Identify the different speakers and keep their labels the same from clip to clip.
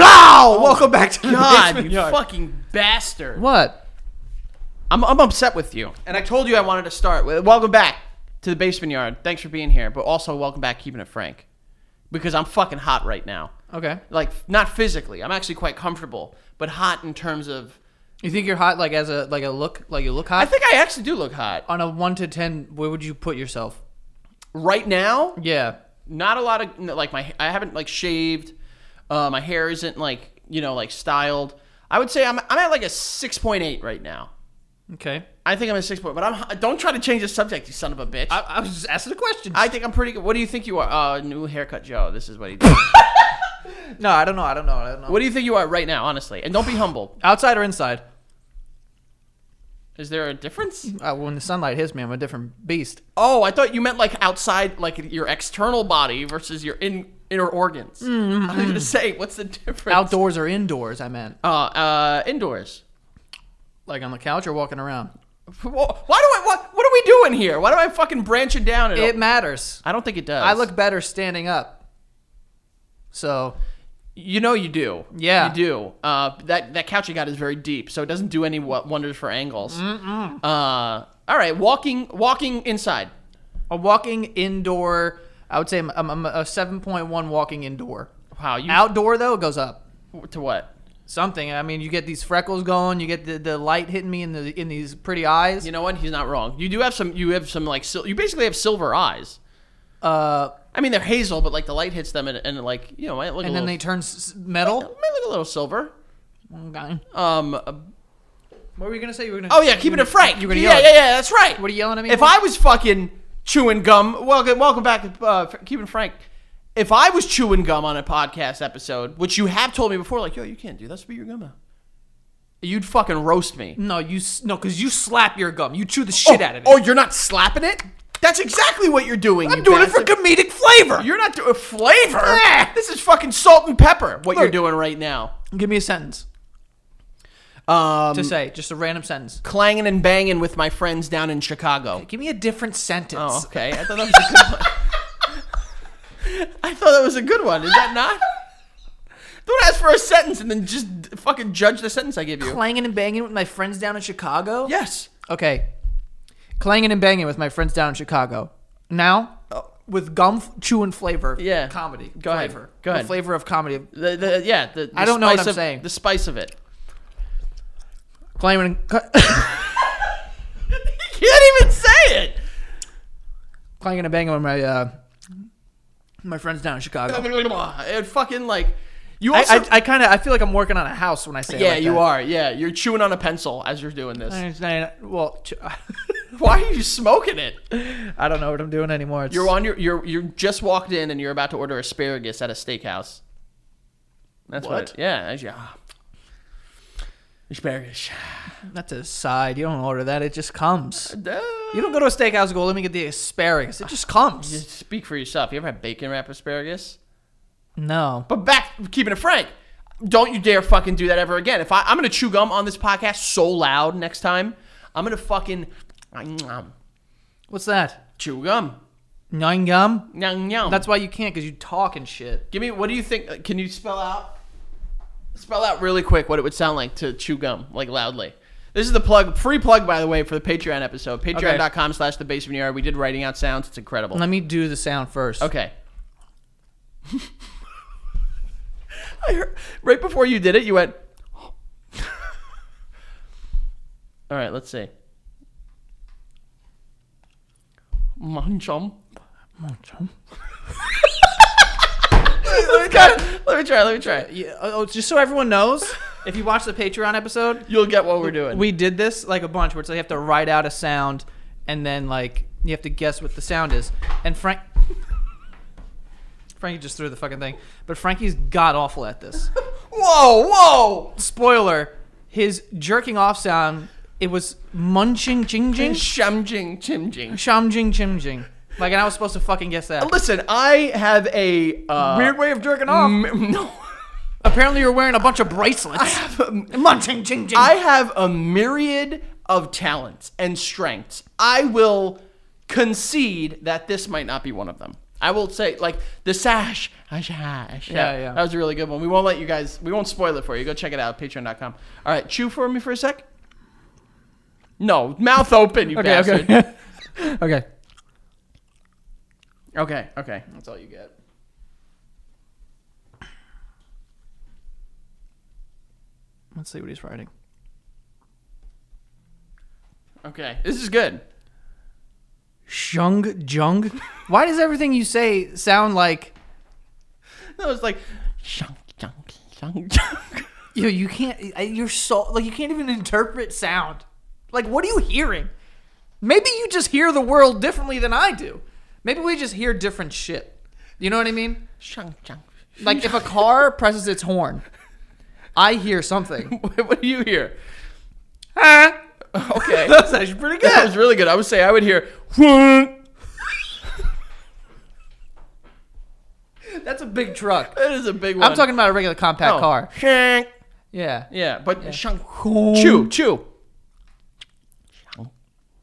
Speaker 1: Blow! Welcome back to the
Speaker 2: God,
Speaker 1: basement
Speaker 2: you
Speaker 1: yard.
Speaker 2: fucking bastard.
Speaker 1: What?
Speaker 2: I'm, I'm upset with you. And I told you I wanted to start with welcome back to the basement yard. Thanks for being here, but also welcome back keeping it frank. Because I'm fucking hot right now.
Speaker 1: Okay.
Speaker 2: Like not physically. I'm actually quite comfortable, but hot in terms of
Speaker 1: You think you're hot like as a like a look like you look hot?
Speaker 2: I think I actually do look hot.
Speaker 1: on a one to ten, where would you put yourself?
Speaker 2: Right now,
Speaker 1: Yeah.
Speaker 2: not a lot of like my I haven't like shaved. Uh, my hair isn't like, you know, like styled. I would say I'm I'm at like a 6.8 right now.
Speaker 1: Okay.
Speaker 2: I think I'm at 6.8, but I'm don't try to change the subject, you son of a bitch.
Speaker 1: I, I was just asking a question.
Speaker 2: I think I'm pretty good. What do you think you are? Uh, new haircut, Joe. This is what he did.
Speaker 1: no, I don't know. I don't know. I don't know.
Speaker 2: what do you think you are right now, honestly? And don't be humble.
Speaker 1: Outside or inside?
Speaker 2: Is there a difference?
Speaker 1: Uh, when the sunlight hits me, I'm a different beast.
Speaker 2: Oh, I thought you meant like outside, like your external body versus your in, inner organs.
Speaker 1: Mm-hmm.
Speaker 2: I was gonna say, what's the difference?
Speaker 1: Outdoors or indoors? I meant
Speaker 2: uh, uh, indoors.
Speaker 1: like on the couch or walking around.
Speaker 2: Wh- Why do I? What, what are we doing here? Why do I fucking branch it down? At
Speaker 1: It
Speaker 2: all?
Speaker 1: matters.
Speaker 2: I don't think it does.
Speaker 1: I look better standing up. So
Speaker 2: You know you do.
Speaker 1: Yeah.
Speaker 2: you do. Uh, that that couch you got is very deep, so it doesn't do any wo- wonders for angles. Uh, all right, walking walking inside.
Speaker 1: a walking indoor, I would say I'm, I'm, I'm a seven point one walking indoor.
Speaker 2: Wow, you
Speaker 1: Outdoor though it goes up.
Speaker 2: to what?
Speaker 1: Something. I mean, you get these freckles going. You get the, the light hitting me in the in these pretty eyes.
Speaker 2: You know what? He's not wrong. You do have some. You have some like sil- you basically have silver eyes.
Speaker 1: uh,
Speaker 2: I mean, they're hazel, but like the light hits them and, and like you know might look.
Speaker 1: and
Speaker 2: a
Speaker 1: then
Speaker 2: little,
Speaker 1: they turn s- s- metal.
Speaker 2: might look a little silver.
Speaker 1: Okay.
Speaker 2: Um. uh,
Speaker 1: What were you gonna say? You were gonna.
Speaker 2: Oh yeah, keeping it frank.
Speaker 1: You were gonna
Speaker 2: yeah,
Speaker 1: yell.
Speaker 2: yeah, yeah. That's right.
Speaker 1: What are you yelling at me
Speaker 2: If
Speaker 1: for?
Speaker 2: I was fucking chewing gum, welcome, welcome back. Uh, f- keeping it frank. If I was chewing gum on a podcast episode, which you have told me before, like yo, you can't do that. Spit your gum out. You'd fucking roast me.
Speaker 1: No, you s- no, because you slap your gum. You chew the shit
Speaker 2: oh,
Speaker 1: out of it.
Speaker 2: Oh, you're not slapping it? That's exactly what you're doing.
Speaker 1: I'm doing it for comedic flavor.
Speaker 2: You're not doing flavor.
Speaker 1: Yeah.
Speaker 2: This is fucking salt and pepper. What you're
Speaker 1: Look.
Speaker 2: doing right now?
Speaker 1: Give me a sentence
Speaker 2: Um,
Speaker 1: to say, just a random sentence.
Speaker 2: clanging and banging with my friends down in Chicago.
Speaker 1: Give me a different sentence.
Speaker 2: Oh, okay. I thought that was a good one. I thought that was a good one. Is that not? Don't ask for a sentence and then just d- fucking judge the sentence I give you.
Speaker 1: Clanging and banging with my friends down in Chicago.
Speaker 2: yes.
Speaker 1: Okay. Clanging and banging with my friends down in Chicago. Now, uh, with gum f- chewing flavor.
Speaker 2: Yeah.
Speaker 1: Comedy.
Speaker 2: Go ahead.
Speaker 1: flavor.
Speaker 2: Go ahead.
Speaker 1: The flavor of comedy.
Speaker 2: The, the, yeah. The, the
Speaker 1: I don't know what
Speaker 2: spice
Speaker 1: I'm
Speaker 2: of-
Speaker 1: saying.
Speaker 2: The spice of it.
Speaker 1: Clanging, cl-
Speaker 2: You can't even say it.
Speaker 1: clanging and banging with my uh, my friends down in Chicago.
Speaker 2: It fucking like you
Speaker 1: I,
Speaker 2: Um, also.
Speaker 1: I, I kind of I feel like I'm working on a house when I say it
Speaker 2: yeah,
Speaker 1: like
Speaker 2: you
Speaker 1: that.
Speaker 2: are. Yeah, you're chewing on a pencil as you're doing this.
Speaker 1: It's not- Well, ch-
Speaker 2: Why are you smoking it?
Speaker 1: I don't know what I'm doing anymore. It's,
Speaker 2: You're on your you're you just walked in and you're about to order asparagus at a steakhouse. That's what.
Speaker 1: What?
Speaker 2: it- yeah, as you- ah. Asparagus.
Speaker 1: that's a side. You don't order that. It just comes.
Speaker 2: Duh.
Speaker 1: You don't go to a steakhouse and go, let me get the asparagus. It just comes.
Speaker 2: Just speak for yourself. You ever had bacon wrap asparagus?
Speaker 1: No.
Speaker 2: But back keeping it frank. Don't you dare fucking do that ever again. If I I'm gonna chew gum on this podcast so loud next time, I'm gonna fucking
Speaker 1: What's that?
Speaker 2: chew gum.
Speaker 1: Nine gum?
Speaker 2: Yum, yum.
Speaker 1: That's why you can't because you talk and shit.
Speaker 2: Give me. What do you think? uh, Can you spell out? Spell out really quick what it would sound like to chew gum, like loudly. This is the plug, free plug, by the way, for the Patreon episode. Patreon.com slash the basement yard. We did writing out sounds. It's incredible.
Speaker 1: Let me do the sound first.
Speaker 2: Okay. I heard, right before you did it, you went. All right, let's see. Munchum. let me try. Let me try. Let me try.
Speaker 1: Yeah, oh, oh, just so everyone knows, if you watch the Patreon episode,
Speaker 2: You'll get what we're doing.
Speaker 1: we did this like a bunch where it's like you have to write out a sound and then like you have to guess what the sound is. And Frank. Frankie just threw the fucking thing. But Frankie's god awful at this.
Speaker 2: whoa, whoa!
Speaker 1: Spoiler, his jerking off sound, it was munching ching ching.
Speaker 2: Shamjing, chimjing.
Speaker 1: Sham jing chim jing. Like, and I was supposed to fucking guess that.
Speaker 2: Listen, I have a uh,
Speaker 1: way of jerking off.
Speaker 2: m- no.
Speaker 1: Apparently, you're wearing a bunch of bracelets. Munching ching ching.
Speaker 2: I have a myriad of talents and strengths. I will concede that this might not be one of them. I will say, like the sash, a sash.
Speaker 1: Yeah, yeah.
Speaker 2: That was a really good one. We won't let you guys. We won't spoil it for you. Go check it out. Patreon.com. All right, chew for me for a sec. No, mouth open, you
Speaker 1: Okay,
Speaker 2: bastard. Okay.
Speaker 1: okay, okay.
Speaker 2: okay, That's all you get.
Speaker 1: Let's see what he's writing.
Speaker 2: Okay, this is good.
Speaker 1: Shung Jung. Why does everything you say sound like
Speaker 2: That was like, shunk, shunk, shunk, shunk.
Speaker 1: you? You can't. I- You're so like you can't even interpret sound. Like what are you hearing? Maybe you just hear the world differently than I do. Maybe we just hear different shit. You know what I mean?
Speaker 2: shunk, shunk.
Speaker 1: Like if a car presses its horn, I hear something.
Speaker 2: what do you hear?
Speaker 1: Huh?
Speaker 2: Okay.
Speaker 1: That was actually pretty
Speaker 2: That
Speaker 1: good.
Speaker 2: was really good. I would say I would hear. "Whoop."
Speaker 1: That's a big truck.
Speaker 2: That is a big one.
Speaker 1: I'm talking about a regular compact
Speaker 2: No.
Speaker 1: car.
Speaker 2: Shank.
Speaker 1: Yeah.
Speaker 2: Yeah, but shunk.
Speaker 1: Chew.
Speaker 2: Chew, chew. Chunk,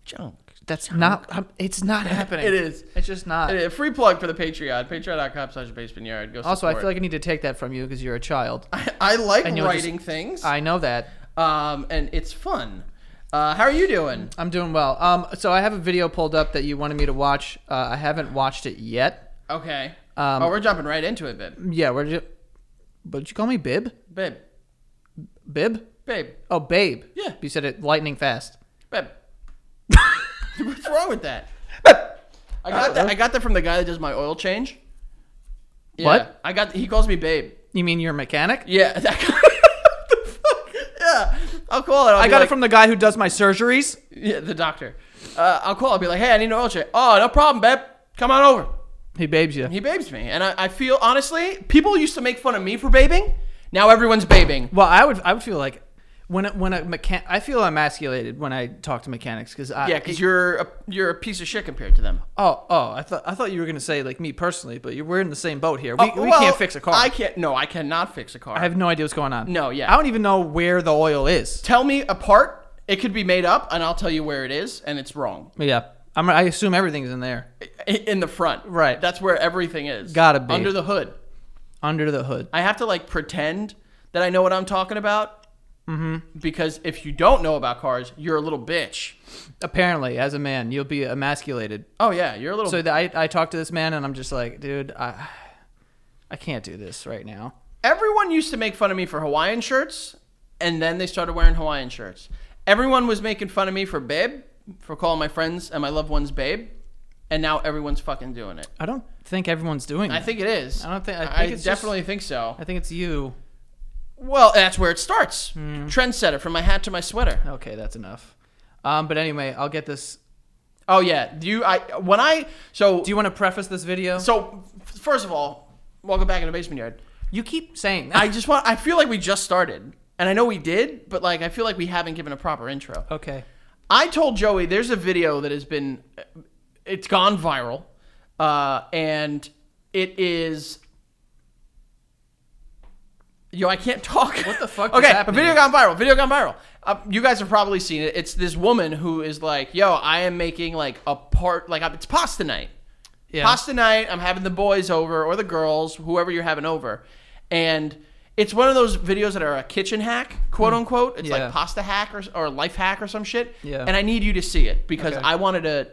Speaker 2: chunk.
Speaker 1: That's not. I'm- It's not happening.
Speaker 2: It is.
Speaker 1: It's just not.
Speaker 2: Hey, Uh, free plug for the Patreon. Patreon.com slash basement yard. Go
Speaker 1: Also, I feel
Speaker 2: support.
Speaker 1: like I need to take that from you because you're a child.
Speaker 2: I, I like
Speaker 1: And you'll
Speaker 2: writing things.
Speaker 1: I know that.
Speaker 2: um, and it's fun. Uh, how are you doing?
Speaker 1: I'm doing well. Um, so I have a video pulled up that you wanted me to watch. Uh, I haven't watched it yet.
Speaker 2: Okay.
Speaker 1: Um,
Speaker 2: oh, we're jumping right into it, Bib.
Speaker 1: Yeah, where did you? What did you call me, Bib?
Speaker 2: Babe.
Speaker 1: Bib?
Speaker 2: Babe.
Speaker 1: Oh, Babe.
Speaker 2: Yeah.
Speaker 1: You said it lightning fast.
Speaker 2: Babe. What's wrong with that? I got that. I got that from the guy that does my oil change. Yeah,
Speaker 1: What?
Speaker 2: I got. He calls me Babe.
Speaker 1: You mean you're a mechanic?
Speaker 2: Yeah. That guy. What the fuck? Yeah. I'll call it. I'll
Speaker 1: I
Speaker 2: be
Speaker 1: got
Speaker 2: like-
Speaker 1: it from the guy who does my surgeries.
Speaker 2: Yeah, the doctor. Uh, I'll call. I'll be like, hey, I need an oil change. Oh, no problem, babe. Come on over.
Speaker 1: He babes you.
Speaker 2: He babes me. And I, I feel, honestly, people used to make fun of me for babing. Now everyone's babing.
Speaker 1: Well, I would. I would feel like when a- when a mechan- I feel emasculated when I talk to mechanics because I
Speaker 2: Yeah, because you're a, you're a piece of shit compared to them.
Speaker 1: Oh, oh, I thought I thought you were gonna say like me personally, but you're, we're in the same boat here. We,
Speaker 2: Uh,
Speaker 1: we
Speaker 2: well,
Speaker 1: can't fix a car.
Speaker 2: I
Speaker 1: I,
Speaker 2: can't. No, I cannot fix a car.
Speaker 1: have no idea what's going on.
Speaker 2: No, yeah.
Speaker 1: I don't even know where the oil is.
Speaker 2: Tell me a part. It could be made up, and I'll tell you where it is, and it's wrong.
Speaker 1: But yeah, I'm, I assume everything's in there,
Speaker 2: I- In the front.
Speaker 1: Right.
Speaker 2: That's where everything is.
Speaker 1: Gotta be.
Speaker 2: Under the hood.
Speaker 1: under the hood.
Speaker 2: I have to like pretend that I know what I'm talking about. Mm-hmm. Because if you don't know about cars, you're a little bitch.
Speaker 1: Apparently, as a man, you'll be emasculated.
Speaker 2: Oh yeah, you're a little.
Speaker 1: So the, I I talked to this man, and I'm just like, dude, I I can't do this right now.
Speaker 2: Everyone used to make fun of me for Hawaiian shirts, and then they started wearing Hawaiian shirts. Everyone was making fun of me for babe, for calling my friends and my loved ones babe, and now everyone's fucking doing it.
Speaker 1: I don't think everyone's doing.
Speaker 2: I
Speaker 1: that.
Speaker 2: think it is.
Speaker 1: I don't think- I
Speaker 2: I,
Speaker 1: think it's just-
Speaker 2: definitely think so.
Speaker 1: I think it's you.
Speaker 2: Well, that's where it starts.
Speaker 1: Hmm.
Speaker 2: Trendsetter from my hat to my sweater.
Speaker 1: Okay, that's enough. Um, but anyway, I'll get this.
Speaker 2: Oh yeah, you. I when I so
Speaker 1: Do you want to preface this video?
Speaker 2: so f- first of all, welcome back in the basement yard.
Speaker 1: you keep saying that.
Speaker 2: I just want. I feel like we just started, and I know we did, but like I feel like we haven't given a proper intro.
Speaker 1: okay.
Speaker 2: I told Joey there's a video that has been, it's gone viral, uh, and it is. Yo, I can't talk. What
Speaker 1: the fuck is
Speaker 2: okay, a
Speaker 1: happening?
Speaker 2: video gone viral. Video gone viral. Uh, you guys have probably seen it. It's this woman who is like, "Yo, I am making like a part like it's pasta night."
Speaker 1: Yeah.
Speaker 2: pasta night. I'm having the boys over or the girls, whoever you're having over, and it's one of those videos that are a kitchen hack, quote unquote. It's
Speaker 1: Hmm. Yeah.
Speaker 2: like pasta hack or or life hack or some shit.
Speaker 1: Yeah.
Speaker 2: And I need you to see it because
Speaker 1: Okay.
Speaker 2: I wanted to.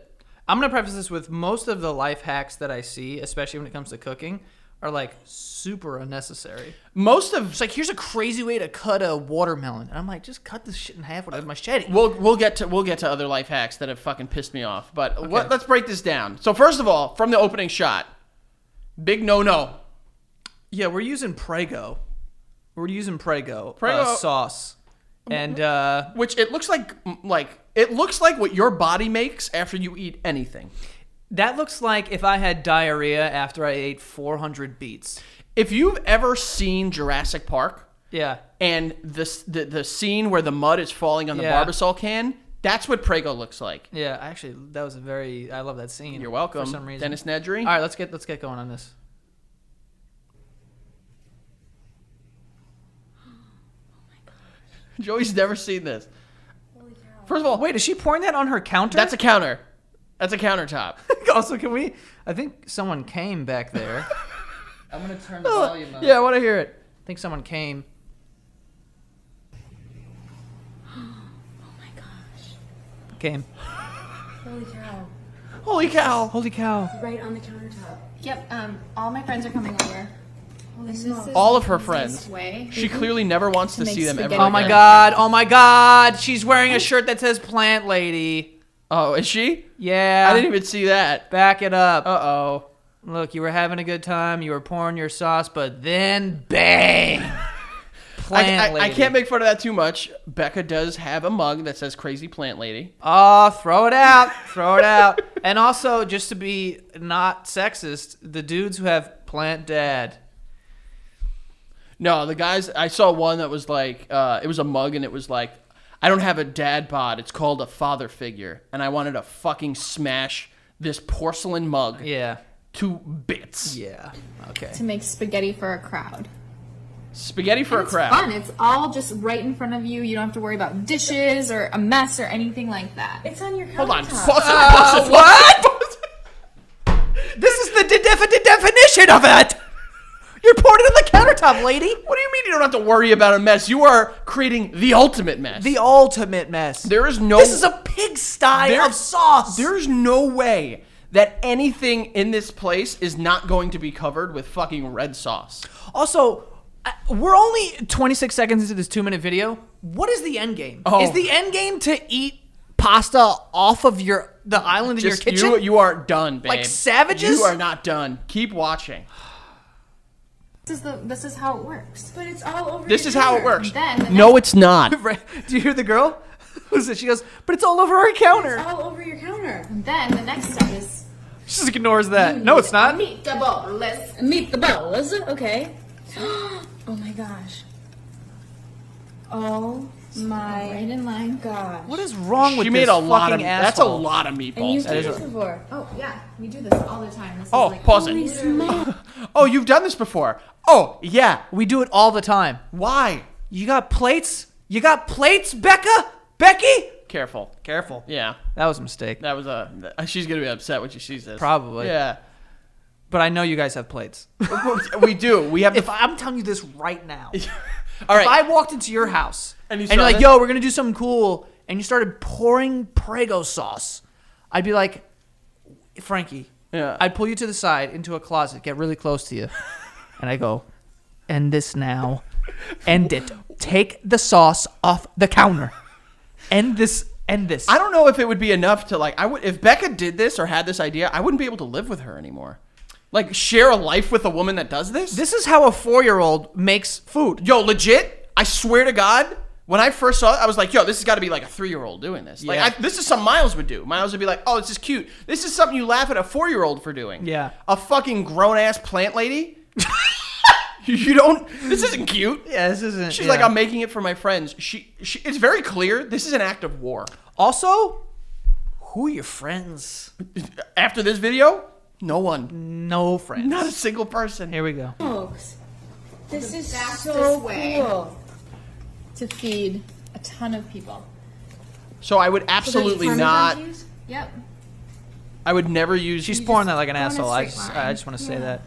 Speaker 1: I'm gonna preface this with most of the life hacks that I see, especially when it comes to cooking, are like super unnecessary.
Speaker 2: Most of
Speaker 1: It's like here's a crazy way to cut a watermelon, and I'm like, just cut this shit in half with a machete.
Speaker 2: we'll we'll get to we'll get to other life hacks that have fucking pissed me off. But what, let's break this down. So first of all, from the opening shot, big no no.
Speaker 1: yeah, we're using Prego. We're using Prego,
Speaker 2: Prego-
Speaker 1: uh, sauce, and uh,
Speaker 2: Which it looks like like it looks like what your body makes after you eat anything.
Speaker 1: that looks like if I had diarrhea after I ate 400 beets.
Speaker 2: If you've ever seen Jurassic Park,
Speaker 1: Yeah,
Speaker 2: and the, s- the the scene where the mud is falling on the
Speaker 1: Yeah.
Speaker 2: barbasol can that's what prego looks like
Speaker 1: yeah. Actually, that was a very. I love that scene.
Speaker 2: you're welcome
Speaker 1: For some reason.
Speaker 2: dennis nedry
Speaker 1: All right, let's get let's get going on this.
Speaker 2: joey's never seen this first of all
Speaker 1: Wait, is she pouring that on her counter?
Speaker 2: that's a counter that's a countertop
Speaker 1: also, can we? I think someone came back there. I'm gonna turn the volume up.
Speaker 2: yeah, I want to hear it.
Speaker 1: I think someone came.
Speaker 3: Oh my gosh.
Speaker 1: Came.
Speaker 3: Holy cow.
Speaker 2: Holy cow!
Speaker 1: Holy cow!
Speaker 3: Right on the countertop.
Speaker 4: Yep. Um, all my friends are coming over.
Speaker 3: This is
Speaker 2: All of her friends.
Speaker 4: Way.
Speaker 2: She clearly never wants to
Speaker 4: Make
Speaker 2: see them ever.
Speaker 4: spaghetti.
Speaker 1: Oh my
Speaker 2: again.
Speaker 1: god! Oh my god! She's wearing a shirt that says "Plant Lady."
Speaker 2: Oh, is she?
Speaker 1: Yeah.
Speaker 2: I didn't even see that.
Speaker 1: back it up.
Speaker 2: Uh oh.
Speaker 1: Look, you were having a good time. You were pouring your sauce, but then bang! Plant
Speaker 2: I, I,
Speaker 1: Lady.
Speaker 2: I can't make fun of that too much. Becca does have a mug that says "Crazy Plant Lady."
Speaker 1: Oh, throw it out. Throw it out. and also, just to be not sexist, the dudes who have plant dad.
Speaker 2: No, the guys. I saw one that was like, uh, it was a mug, and it was like, I don't have a dad bod. It's called a father figure, and I wanted to fucking smash this porcelain mug
Speaker 1: Yeah.
Speaker 2: to bits.
Speaker 1: Yeah. Okay.
Speaker 4: To make spaghetti for a crowd.
Speaker 2: Spaghetti for a
Speaker 4: It's
Speaker 2: crowd.
Speaker 4: fun. It's all just right in front of you. You don't have to worry about dishes or a mess or anything like that.
Speaker 3: It's on your countertop.
Speaker 2: Hold on. Pause it, pause it, pause it.
Speaker 1: This is the de- defi- de- definition of it. You're pouring it on the countertop, lady.
Speaker 2: What do you mean you don't have to worry about a mess? You are creating the ultimate mess.
Speaker 1: The ultimate mess.
Speaker 2: there is no.
Speaker 1: this is a pigsty
Speaker 2: There-
Speaker 1: of sauce.
Speaker 2: There is no way that anything in this place is not going to be covered with fucking red sauce.
Speaker 1: Also, I- we're only 26 seconds into this two minute video. What is the end game?
Speaker 2: Oh.
Speaker 1: Is the end game to eat pasta off of your the island in your
Speaker 2: Just
Speaker 1: kitchen?
Speaker 2: you, you aren't done, babe.
Speaker 1: Like savages?
Speaker 2: You are not done. Keep watching.
Speaker 4: This is the this is how it works.
Speaker 3: But it's all over
Speaker 2: This
Speaker 3: your
Speaker 2: is how it
Speaker 3: counter.
Speaker 2: works.
Speaker 4: Then the
Speaker 2: no, it's not.
Speaker 1: Right. Do you hear the girl? Who's it? She goes, but it's all over our counter.
Speaker 3: It's all over your counter.
Speaker 4: Then the next step is
Speaker 1: She just ignores that. No, it's not.
Speaker 4: meet the ballers.
Speaker 3: Meet the bells. Okay. oh my gosh. Oh
Speaker 4: Right
Speaker 3: my
Speaker 4: in line.
Speaker 3: gosh.
Speaker 1: What is wrong with
Speaker 2: She made
Speaker 1: this
Speaker 2: a lot of.
Speaker 1: fucking
Speaker 2: That's a
Speaker 1: asshole?
Speaker 2: lot of
Speaker 3: And
Speaker 2: meatballs.
Speaker 3: you've
Speaker 2: That
Speaker 3: done
Speaker 2: is
Speaker 3: this
Speaker 2: a-
Speaker 3: before.
Speaker 4: Oh yeah, we do this all the time. This
Speaker 2: oh,
Speaker 4: is like
Speaker 2: pause
Speaker 3: Holy
Speaker 2: it.
Speaker 3: smokes.
Speaker 2: Oh, you've done this before. Oh, yeah.
Speaker 1: We do it all the time.
Speaker 2: Why?
Speaker 1: You got plates? You got plates, Becca? Becky?
Speaker 2: Careful.
Speaker 1: Careful.
Speaker 2: Yeah.
Speaker 1: That was a mistake.
Speaker 2: That was a. She's gonna be upset when she sees this.
Speaker 1: Probably.
Speaker 2: Yeah.
Speaker 1: But I know you guys have plates.
Speaker 2: we do. We have.
Speaker 1: if
Speaker 2: the,
Speaker 1: I'm telling you this right now.
Speaker 2: all right.
Speaker 1: If I walked into your house
Speaker 2: And
Speaker 1: and,
Speaker 2: you
Speaker 1: you
Speaker 2: saw
Speaker 1: are like,
Speaker 2: this?
Speaker 1: yo, we're gonna do something cool, and you started pouring Prego sauce, I'd be like, Frankie,
Speaker 2: Yeah.
Speaker 1: I'd pull you to the side into a closet, get really close to you, and I go, end this now, end it, take the sauce off the counter, end this, end this.
Speaker 2: I don't know if it would be enough to like. I would if Becca did this or had this idea, I wouldn't be able to live with her anymore. Like share a life with a woman that does this.
Speaker 1: this is how a four-year-old makes food.
Speaker 2: yo, legit. I swear to God, when I first saw it, I was like, yo, this has got to be like a three year old doing this.
Speaker 1: Yeah.
Speaker 2: Like I, this is something Miles would do. Miles would be like, oh, this is cute. This is something you laugh at a four year old for doing.
Speaker 1: Yeah.
Speaker 2: A fucking grown ass plant lady. you don't. This isn't cute.
Speaker 1: Yeah, this isn't.
Speaker 2: She's like, I'm making it for my friends. She, she, it's very clear. This is an act of war.
Speaker 1: also, who are your friends?
Speaker 2: After this video, no one,
Speaker 1: No friends.
Speaker 2: not a single person.
Speaker 1: Here we go.
Speaker 3: Smokes. This is so
Speaker 4: fastest way.
Speaker 3: cool.
Speaker 4: to feed a ton of people.
Speaker 2: So I would absolutely not.
Speaker 4: Yep.
Speaker 2: I would never use.
Speaker 1: She's pouring that like an
Speaker 4: go in a
Speaker 1: asshole. I
Speaker 4: straight
Speaker 1: just,
Speaker 4: line.
Speaker 1: I just want to say that.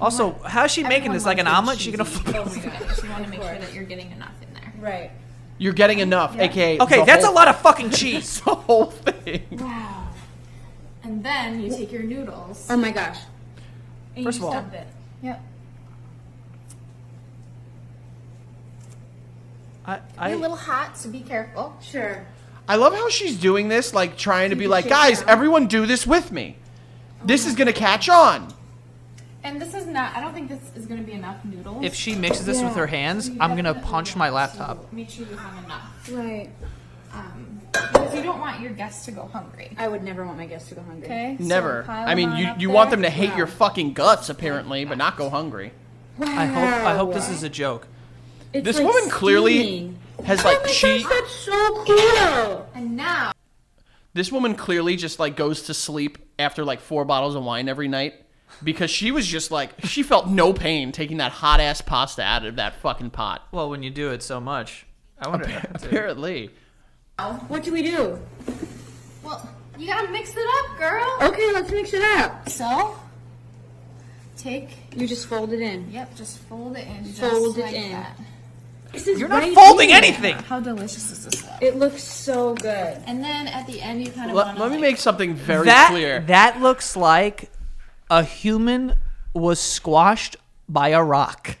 Speaker 1: Also, how's she making this like an omelet? She gonna flip it
Speaker 4: Oh
Speaker 1: over?
Speaker 4: my gosh! You want to make sure that you're getting enough in there.
Speaker 3: Right.
Speaker 2: You're getting enough, aka.
Speaker 1: Okay,
Speaker 2: the
Speaker 1: that's a
Speaker 2: whole-
Speaker 1: lot of fucking cheese.
Speaker 2: The whole thing.
Speaker 4: Wow. And then you take your noodles
Speaker 3: Oh my gosh.
Speaker 4: and
Speaker 1: First
Speaker 4: you
Speaker 1: of all-
Speaker 4: dump it. Yep.
Speaker 1: I,
Speaker 4: You're a
Speaker 1: I,
Speaker 4: little hot, so be careful.
Speaker 3: Sure.
Speaker 2: I love how she's doing this, like trying to be
Speaker 4: You
Speaker 2: like,
Speaker 4: shake it
Speaker 2: guys,
Speaker 4: out.
Speaker 2: everyone do this with me. This is gonna catch on.
Speaker 4: And this is not. I don't think this is going to be enough noodles.
Speaker 1: if she mixes this with her hands,
Speaker 4: You
Speaker 1: I'm gonna
Speaker 4: definitely
Speaker 1: punch
Speaker 4: want
Speaker 1: my
Speaker 4: to
Speaker 1: laptop.
Speaker 4: Make sure you have enough,
Speaker 3: Right.
Speaker 4: um, because you don't want your guests to go hungry.
Speaker 3: I would never want my guests to go hungry.
Speaker 4: Okay. So
Speaker 2: Never.
Speaker 4: pile
Speaker 2: I mean,
Speaker 4: on
Speaker 2: you
Speaker 4: up
Speaker 2: you want
Speaker 4: there.
Speaker 2: them to hate your
Speaker 3: Wow.
Speaker 2: fucking guts apparently, but not go hungry.
Speaker 1: I hope, I hope this is a joke.
Speaker 3: It's
Speaker 2: This
Speaker 3: like
Speaker 2: woman clearly
Speaker 3: steaming.
Speaker 2: has like
Speaker 3: Oh my
Speaker 2: cheat.
Speaker 3: gosh, that's so cool.
Speaker 4: And now
Speaker 2: this woman clearly just like goes to sleep after like four bottles of wine every night because she was just like she felt no pain taking that hot ass pasta out of that fucking pot.
Speaker 1: Well, when you do it so much, I wonder.
Speaker 2: Apparently,
Speaker 3: What do we do?
Speaker 4: Well, You gotta mix it up, girl.
Speaker 5: Okay, let's mix it up.
Speaker 4: So, take.
Speaker 5: You just fold it in.
Speaker 4: Yep, just fold it in. Just
Speaker 5: Fold it
Speaker 4: like
Speaker 5: in.
Speaker 4: That.
Speaker 5: This is
Speaker 1: You're not
Speaker 5: right
Speaker 1: folding
Speaker 5: here.
Speaker 1: anything.
Speaker 4: How delicious is this? Though?
Speaker 5: It looks so good.
Speaker 4: And then at the end, you kind of
Speaker 2: Let,
Speaker 4: wanna,
Speaker 2: let me
Speaker 4: like-
Speaker 2: make something very
Speaker 1: that
Speaker 2: clear.
Speaker 1: that looks like a human was squashed by a rock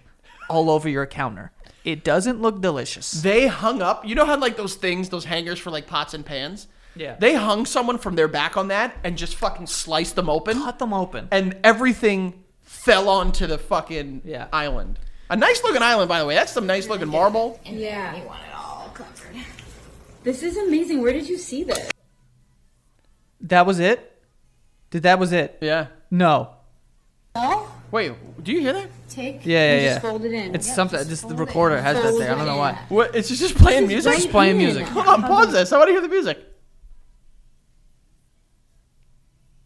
Speaker 1: all over your counter. It doesn't look delicious.
Speaker 2: they hung up. You know how like those things, those hangers for like pots and pans.
Speaker 1: Yeah.
Speaker 2: They hung someone from their back on that and just fucking sliced them open,
Speaker 1: Cut them open.
Speaker 2: and everything fell onto the fucking
Speaker 1: Yeah.
Speaker 2: island. A nice looking island, by the way. That's some nice looking marble.
Speaker 4: And then
Speaker 5: Yeah.
Speaker 4: You want it all covered.
Speaker 5: This is amazing. Where did you see this?
Speaker 1: That was it. Did that was it?
Speaker 2: Yeah.
Speaker 1: No.
Speaker 4: So,
Speaker 2: Wait, do you hear that?
Speaker 4: take.
Speaker 1: Yeah,
Speaker 5: You
Speaker 1: yeah,
Speaker 5: just
Speaker 1: yeah.
Speaker 5: fold it in.
Speaker 1: It's
Speaker 4: Yep,
Speaker 1: something.
Speaker 4: just
Speaker 1: Just the
Speaker 4: fold it in.
Speaker 1: recorder has that
Speaker 5: Fold
Speaker 1: there. I don't know
Speaker 4: it
Speaker 1: why.
Speaker 4: in.
Speaker 2: What? It's just playing
Speaker 5: This is
Speaker 2: music.
Speaker 5: right
Speaker 1: It's playing
Speaker 5: here.
Speaker 1: music.
Speaker 2: Hold on, pause this. I want to hear the music.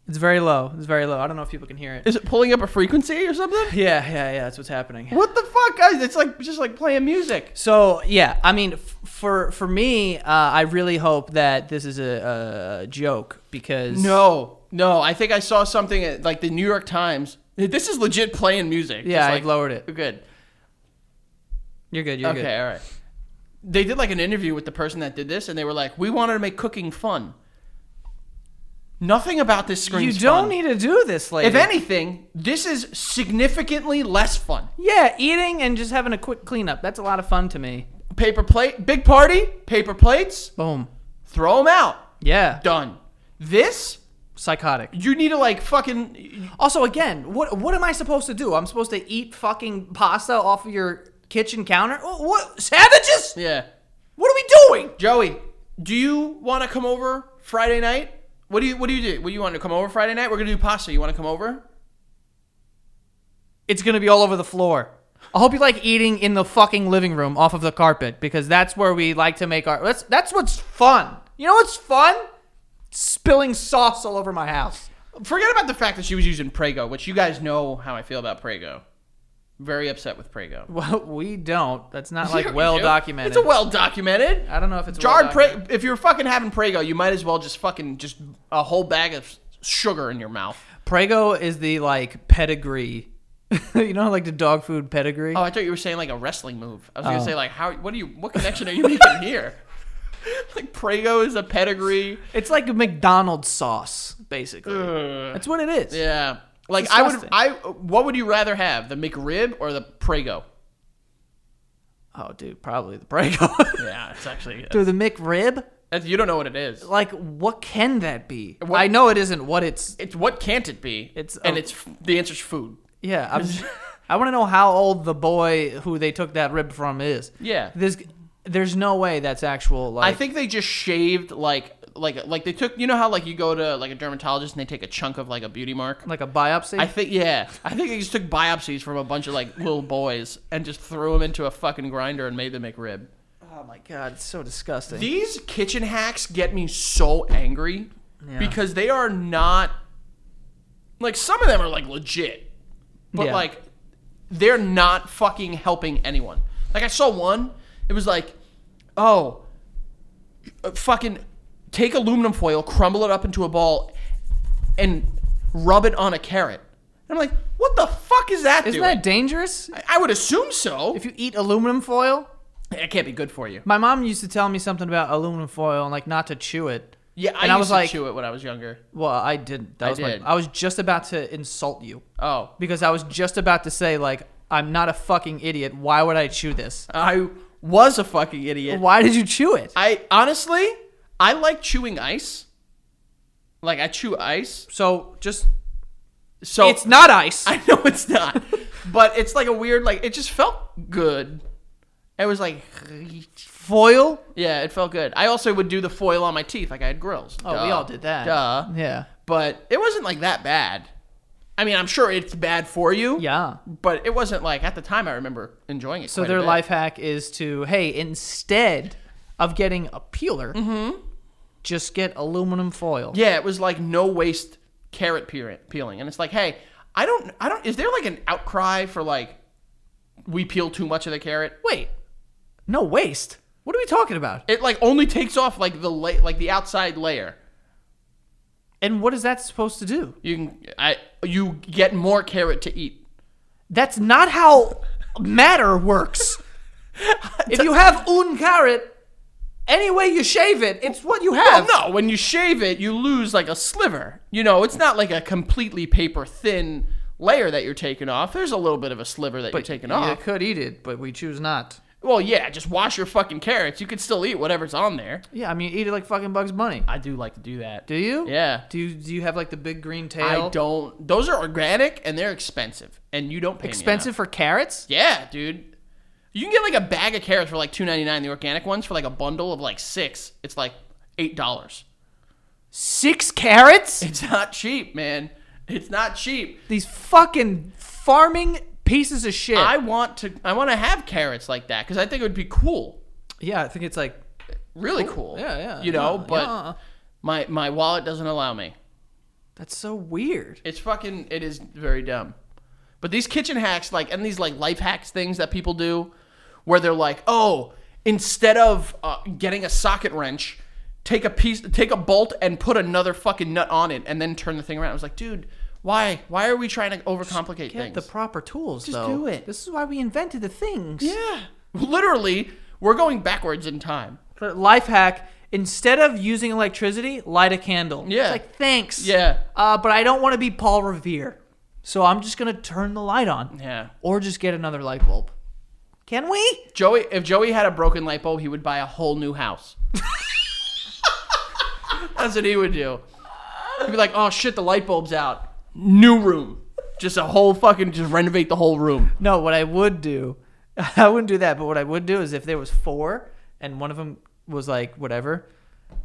Speaker 1: It's very low. It's very low. I don't know if people can hear it.
Speaker 2: Is it pulling up a frequency or something?
Speaker 1: Yeah, yeah, yeah. That's what's happening.
Speaker 2: What the fuck, guys? It's like just like playing music.
Speaker 1: So yeah, I mean, f- for for me, uh, I really hope that this is a, a joke because
Speaker 2: No, no. I think I saw something at like the New York Times. This is legit playing music.
Speaker 1: Yeah,
Speaker 2: Just,
Speaker 1: I've
Speaker 2: like,
Speaker 1: lowered it.
Speaker 2: Good.
Speaker 1: You're good. You're
Speaker 2: okay,
Speaker 1: good.
Speaker 2: all right. They did like an interview with the person that did this, and they were like, "We wanted to make cooking fun. Nothing about this screen.
Speaker 1: You don't need to do this, lady.
Speaker 2: If anything, this is significantly less fun.
Speaker 1: yeah, eating and just having a quick cleanup. That's a lot of fun to me.
Speaker 2: Paper plate, big party, paper plates,
Speaker 1: Boom.
Speaker 2: throw them out.
Speaker 1: Yeah.
Speaker 2: Done. This,
Speaker 1: Psychotic.
Speaker 2: you need to like fucking.
Speaker 1: Also, again, what what am I supposed to do? I'm supposed to eat fucking pasta off of your kitchen counter? Wh- What savages?
Speaker 2: Yeah.
Speaker 1: What are we doing?
Speaker 2: Joey, do you want to come over Friday night? What do you What do you do? What do you want to come over Friday night? We're gonna do pasta. You want to come over?
Speaker 1: It's gonna be all over the floor. I hope you like eating in the fucking living room off of the carpet because that's where we like to make our. That's that's what's fun. You know what's fun? Spilling sauce all over my house.
Speaker 2: Forget about the fact that she was using Prego, which you guys know how I feel about Prego. Very upset with Prego.
Speaker 1: Well, we don't. That's not
Speaker 2: Yeah,
Speaker 1: like
Speaker 2: we
Speaker 1: well
Speaker 2: do.
Speaker 1: documented.
Speaker 2: It's a well documented.
Speaker 1: I don't know if it's
Speaker 2: Jarred
Speaker 1: well
Speaker 2: Prego. If you're fucking having Prego, you might as well just fucking just a whole bag of s- sugar in your mouth.
Speaker 1: Prego is the like pedigree. you know, like the dog food pedigree.
Speaker 2: Oh, I thought you were saying like a wrestling move. I was
Speaker 1: Oh.
Speaker 2: gonna say like how? What do you? What connection are you making here? like Prego is a pedigree.
Speaker 1: It's like a McDonald's sauce, basically.
Speaker 2: Uh,
Speaker 1: That's what it is.
Speaker 2: Yeah. Like
Speaker 1: disgusting.
Speaker 2: I would I what would you rather have? The McRib or the Prego?
Speaker 1: Oh, dude, probably the Prego.
Speaker 2: Yeah, it's actually uh,
Speaker 1: dude, the McRib.
Speaker 2: that's- you don't know what it is.
Speaker 1: Like, what can that be?
Speaker 2: What-
Speaker 1: I know it isn't what it's.
Speaker 2: It's what can't it be?
Speaker 1: It's
Speaker 2: and
Speaker 1: a-
Speaker 2: it's f- the answer's food.
Speaker 1: Yeah, I'm, I want to know how old the boy who they took that rib from is.
Speaker 2: Yeah.
Speaker 1: This, there's no way that's actual. Like,
Speaker 2: I think they just shaved like like like they took you know how like you go to like a dermatologist and they take a chunk of like a beauty mark.
Speaker 1: like a biopsy.
Speaker 2: I think yeah, I think they just took biopsies from a bunch of like little boys and just threw them into a fucking grinder and made them McRib.
Speaker 1: oh my god, it's so disgusting.
Speaker 2: These kitchen hacks get me so angry because they are not like some of them are like legit, but
Speaker 1: Yeah.
Speaker 2: like they're not fucking helping anyone. Like I saw one, it was like, oh, uh, fucking take aluminum foil, crumble it up into a ball, and rub it on a carrot. And I'm like, what the fuck is that?
Speaker 1: Isn't
Speaker 2: doing?
Speaker 1: that dangerous?
Speaker 2: I would assume so.
Speaker 1: If you eat aluminum foil,
Speaker 2: it can't be good for you.
Speaker 1: my mom used to tell me something about aluminum foil and like not to chew it.
Speaker 2: Yeah, I,
Speaker 1: And I
Speaker 2: used
Speaker 1: was
Speaker 2: to
Speaker 1: like-
Speaker 2: chew it when I was younger.
Speaker 1: Well, I didn't. That
Speaker 2: I
Speaker 1: was my-
Speaker 2: did.
Speaker 1: I was just about to insult you
Speaker 2: Oh,
Speaker 1: because I was just about to say like I'm not a fucking idiot. Why would I chew this?
Speaker 2: I was a fucking idiot.
Speaker 1: Why did you chew it?
Speaker 2: I honestly, I like chewing ice. Like I chew ice,
Speaker 1: So just
Speaker 2: so
Speaker 1: it's not ice.
Speaker 2: I know it's not, but it's like a weird. Like it just felt good. It was like,
Speaker 1: foil.
Speaker 2: yeah, it felt good. I also would do the foil on my teeth, like I had grills.
Speaker 1: Oh, we all did that.
Speaker 2: Duh.
Speaker 1: Yeah.
Speaker 2: But it wasn't like that bad. I mean, I'm sure it's bad for you.
Speaker 1: Yeah.
Speaker 2: But it wasn't like at the time. I remember enjoying it.
Speaker 1: So
Speaker 2: quite a
Speaker 1: their
Speaker 2: bit.
Speaker 1: life hack is to hey, instead of getting a peeler, just get aluminum foil.
Speaker 2: Mm-hmm. Yeah, it was like no waste carrot peel- peeling, and it's like, hey, I don't, I don't. Is there like an outcry for like we peel too much of the carrot?
Speaker 1: Wait, no waste. What are we talking about?
Speaker 2: It like only takes off like the la- like the outside layer.
Speaker 1: And what is that supposed to do?
Speaker 2: You can I you get more carrot to eat.
Speaker 1: That's not how matter works. if you have un carrot, any way you shave it, it's what you have.
Speaker 2: Well, Oh, no, when you shave it, you lose like a sliver. You know, it's not like a completely paper thin layer that you're taking off. There's a little bit of a sliver that you're taking
Speaker 1: You
Speaker 2: off.
Speaker 1: could eat it, but we choose not.
Speaker 2: Well, yeah, just wash your fucking carrots. You can still eat whatever's on there.
Speaker 1: Yeah, I mean, eat it like fucking Bugs Bunny.
Speaker 2: I do like to do that.
Speaker 1: Do you?
Speaker 2: Yeah.
Speaker 1: Do you, do you have like the big green tail?
Speaker 2: I don't. Those are organic and they're expensive, and you don't pay me
Speaker 1: Expensive
Speaker 2: enough.
Speaker 1: for carrots?
Speaker 2: Yeah, dude. You can get like a bag of carrots for like two ninety nine. The organic ones for like a bundle of like six. It's like eight dollars.
Speaker 1: Six carrots?
Speaker 2: It's not cheap, man. It's not cheap.
Speaker 1: These fucking farming pieces of shit.
Speaker 2: I want to. I want to have carrots like that because I think it would be cool.
Speaker 1: yeah, I think it's like
Speaker 2: Really cool.
Speaker 1: Yeah, yeah,
Speaker 2: You know,
Speaker 1: yeah,
Speaker 2: but
Speaker 1: yeah.
Speaker 2: my my wallet doesn't allow me.
Speaker 1: that's so weird.
Speaker 2: It's fucking. It is very dumb. But these kitchen hacks, like, and these like life hacks things that people do, where they're like, oh, instead of uh, getting a socket wrench, take a piece, take a bolt, and put another fucking nut on it, and then turn the thing around. I was like, dude, why? Why are we trying to overcomplicate
Speaker 1: Get
Speaker 2: things?
Speaker 1: the proper tools,
Speaker 2: Just
Speaker 1: though.
Speaker 2: do it.
Speaker 1: This is why we invented the things.
Speaker 2: yeah. Literally, we're going backwards in time.
Speaker 1: But life hack: instead of using electricity, light a candle.
Speaker 2: Yeah.
Speaker 1: It's like thanks.
Speaker 2: Yeah.
Speaker 1: Uh, but I don't want to be Paul Revere, so I'm just gonna turn the light on.
Speaker 2: Yeah.
Speaker 1: Or just get another light bulb. Can we?
Speaker 2: Joey, if Joey had a broken light bulb, he would buy a whole new house. That's what he would do. He'd be like, "Oh shit, the light bulb's out. New room. Just a whole fucking just renovate the whole room."
Speaker 1: No. What I would do, I wouldn't do that. But what I would do is if there was four and one of them was like whatever,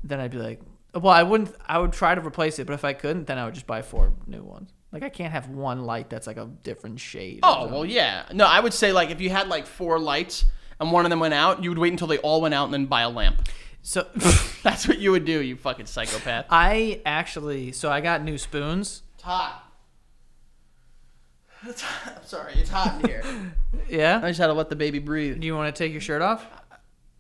Speaker 1: then I'd be like, well, I wouldn't. I would try to replace it, but if I couldn't, then I would just buy four new ones. Like I can't have one light that's like a different shade. or
Speaker 2: Oh, well, yeah. No, I would say like if you had like four lights and one of them went out, you would wait until they all went out and then buy a lamp.
Speaker 1: something. so.
Speaker 2: That's what you would do, you fucking psychopath.
Speaker 1: I actually, so I got new spoons.
Speaker 2: It's hot. It's hot. I'm sorry, it's hot in here. I
Speaker 1: Yeah.
Speaker 2: just had to let the baby breathe.
Speaker 1: Do you want to take your shirt off?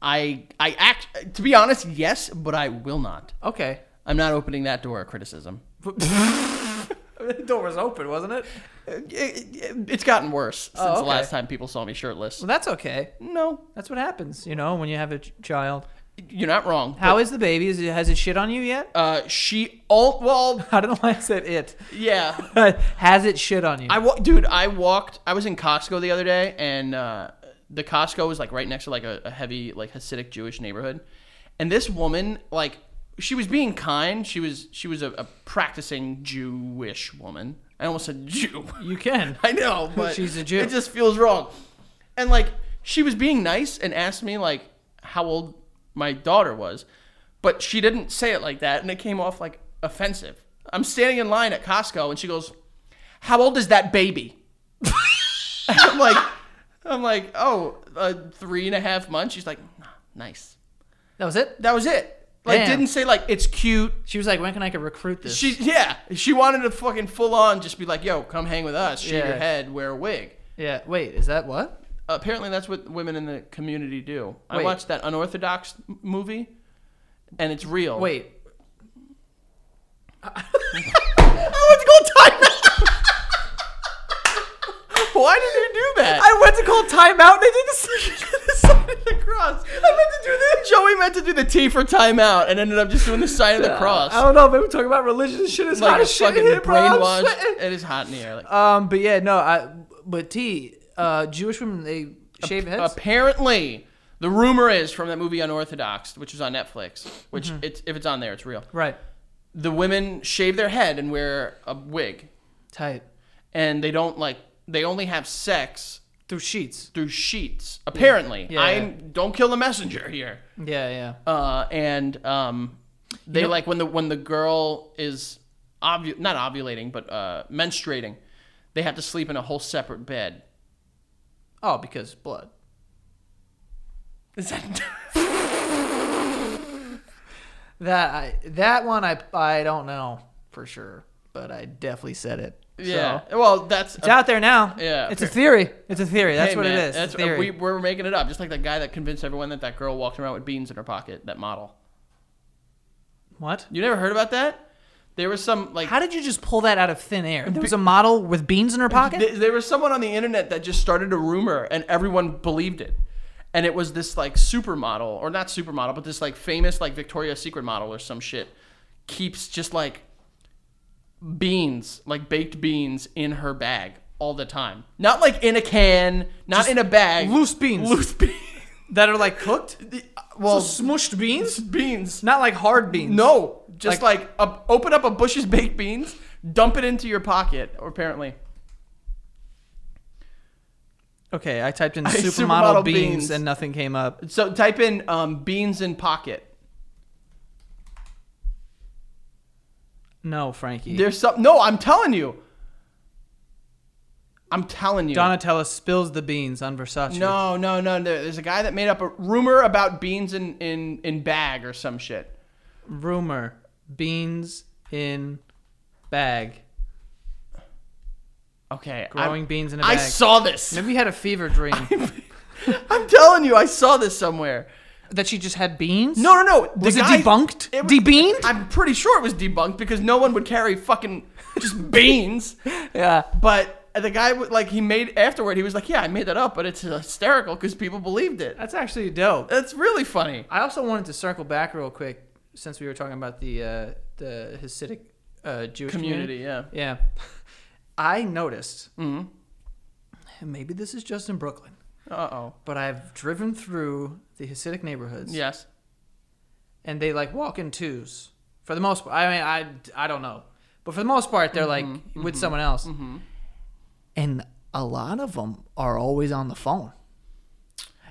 Speaker 2: I I act to be honest, yes, but I will not.
Speaker 1: Okay.
Speaker 2: I'm not opening that door of criticism.
Speaker 1: The door was open, wasn't it?
Speaker 2: It, it, it's gotten worse since
Speaker 1: Oh,
Speaker 2: the
Speaker 1: okay.
Speaker 2: last time people saw me shirtless.
Speaker 1: Well, that's okay.
Speaker 2: No,
Speaker 1: That's what happens, you know, when you have a ch- child.
Speaker 2: you're not wrong.
Speaker 1: How is the baby? Is it, has it shit on you yet?
Speaker 2: But, uh, she all well,
Speaker 1: I don't know why I said it.
Speaker 2: yeah.
Speaker 1: has it shit on you?
Speaker 2: I wa- dude, I walked. I was in Costco the other day, and uh, the Costco was like right next to like a, a heavy like Hasidic Jewish neighborhood, and this woman like she was being kind. She was she was a, a practicing Jewish woman. I almost said Jew.
Speaker 1: you can.
Speaker 2: I know, but
Speaker 1: She's a Jew.
Speaker 2: It just feels wrong. And like she was being nice and asked me like how old my daughter was, but she didn't say it like that, and it came off like offensive. I'm standing in line at Costco, and she goes, "How old is that baby?" And I'm like, I'm like, oh, uh, three and a half months. She's like, "Nah, nice.
Speaker 1: That was it?
Speaker 2: That was it. Like,
Speaker 1: Damn.
Speaker 2: didn't say like it's cute.
Speaker 1: She was like, when can I recruit this?
Speaker 2: She yeah, she wanted to fucking full on just be like, yo, come hang with us, shave
Speaker 1: Yeah.
Speaker 2: your head, wear a wig.
Speaker 1: yeah. Wait, is that what?
Speaker 2: apparently that's what women in the community do. I
Speaker 1: Wait.
Speaker 2: watched that unorthodox m- movie, and it's real.
Speaker 1: Wait.
Speaker 2: I went to go time. Why did you do that?
Speaker 1: I went to call timeout and I did
Speaker 2: the sign of the cross. I meant to do this. Joey meant to do the T for timeout and ended up just doing the sign of the cross.
Speaker 1: I don't know. Maybe we're talking about religion and shit. It's
Speaker 2: like
Speaker 1: hot
Speaker 2: a
Speaker 1: as shit in
Speaker 2: fucking
Speaker 1: here, bro. I'm
Speaker 2: brainwashed.
Speaker 1: sweating.
Speaker 2: It is hot in the air. Like,
Speaker 1: Um, but yeah, no, I. But T, uh, Jewish women they shave heads.
Speaker 2: apparently, the rumor is from that movie Unorthodox, which is on Netflix. Which
Speaker 1: Mm-hmm.
Speaker 2: it's, if it's on there, it's real.
Speaker 1: right,
Speaker 2: The women shave their head and wear a wig.
Speaker 1: tight
Speaker 2: and they don't like they only have sex
Speaker 1: through sheets.
Speaker 2: through sheets apparently
Speaker 1: Yeah,
Speaker 2: i
Speaker 1: yeah.
Speaker 2: don't kill the messenger here
Speaker 1: Yeah, yeah.
Speaker 2: uh, and um, they like when the when the girl is ovu- not ovulating but uh, menstruating they have to sleep in a whole separate bed
Speaker 1: Oh, because blood.
Speaker 2: is that
Speaker 1: That I, that one I I don't know for sure, but I definitely said it.
Speaker 2: yeah
Speaker 1: so.
Speaker 2: well that's
Speaker 1: it's out there now.
Speaker 2: Yeah.
Speaker 1: it's a theory. It's a theory. That's
Speaker 2: Hey,
Speaker 1: what
Speaker 2: man,
Speaker 1: it is. It's
Speaker 2: that's- uh,
Speaker 1: a theory.
Speaker 2: we, we're making it up just like that guy that convinced everyone that that girl walked around with beans in her pocket that model
Speaker 1: what?
Speaker 2: You never heard about that? There was some like
Speaker 1: How did you just pull that out of thin air? There was a model with beans in her pocket.
Speaker 2: Th- there was someone on the internet that just started a rumor and everyone believed it. And it was this like supermodel, or not supermodel, but this like famous like Victoria's Secret model or some shit keeps just like beans, like baked beans in her bag all the time. Not like in a can, not in a bag.
Speaker 1: loose beans.
Speaker 2: Loose beans. uh,
Speaker 1: that are like cooked.
Speaker 2: well,
Speaker 1: so smushed beans,
Speaker 2: beans.
Speaker 1: not like hard beans.
Speaker 2: No, just
Speaker 1: Like-
Speaker 2: like, a, open up a Bush's baked beans, dump it into your pocket. Or apparently,
Speaker 1: Okay, I typed in
Speaker 2: I-
Speaker 1: supermodel,
Speaker 2: supermodel
Speaker 1: beans,
Speaker 2: beans.
Speaker 1: and nothing came up.
Speaker 2: so type in um, beans in pocket.
Speaker 1: No, Frankie.
Speaker 2: There's some. No, I'm telling you. I'm telling you.
Speaker 1: Donatella spills the beans on Versace.
Speaker 2: no, no, no, no. There's a guy that made up a rumor about beans in in in bag or some shit.
Speaker 1: Rumor: beans in bag.
Speaker 2: Okay,
Speaker 1: Growing
Speaker 2: I,
Speaker 1: beans in a
Speaker 2: I
Speaker 1: bag.
Speaker 2: saw this.
Speaker 1: Maybe you had a fever dream
Speaker 2: I'm telling you, I saw this somewhere.
Speaker 1: that she just had beans.
Speaker 2: No, no, no. The
Speaker 1: Was it
Speaker 2: guy-
Speaker 1: debunked?
Speaker 2: It was-
Speaker 1: Debeaned?
Speaker 2: I'm pretty sure it was debunked because no one would carry fucking just beans.
Speaker 1: Yeah.
Speaker 2: But the guy, w- like, he made afterward. He was like, "Yeah, I made that up, but it's hysterical because people believed it."
Speaker 1: That's actually dope.
Speaker 2: That's really funny.
Speaker 1: I also wanted to circle back real quick since we were talking about the uh, the Hasidic uh, Jewish
Speaker 2: Community, yeah. Mm-hmm.
Speaker 1: Yeah. I noticed, and maybe this is just in Brooklyn,
Speaker 2: Uh oh.
Speaker 1: but I've driven through the Hasidic neighborhoods
Speaker 2: Yes.
Speaker 1: and they like walk in twos for the most part. I mean, I, I don't know. But for the most part, they're like
Speaker 2: Mm-hmm.
Speaker 1: with someone else. And a lot of them are always on the phone.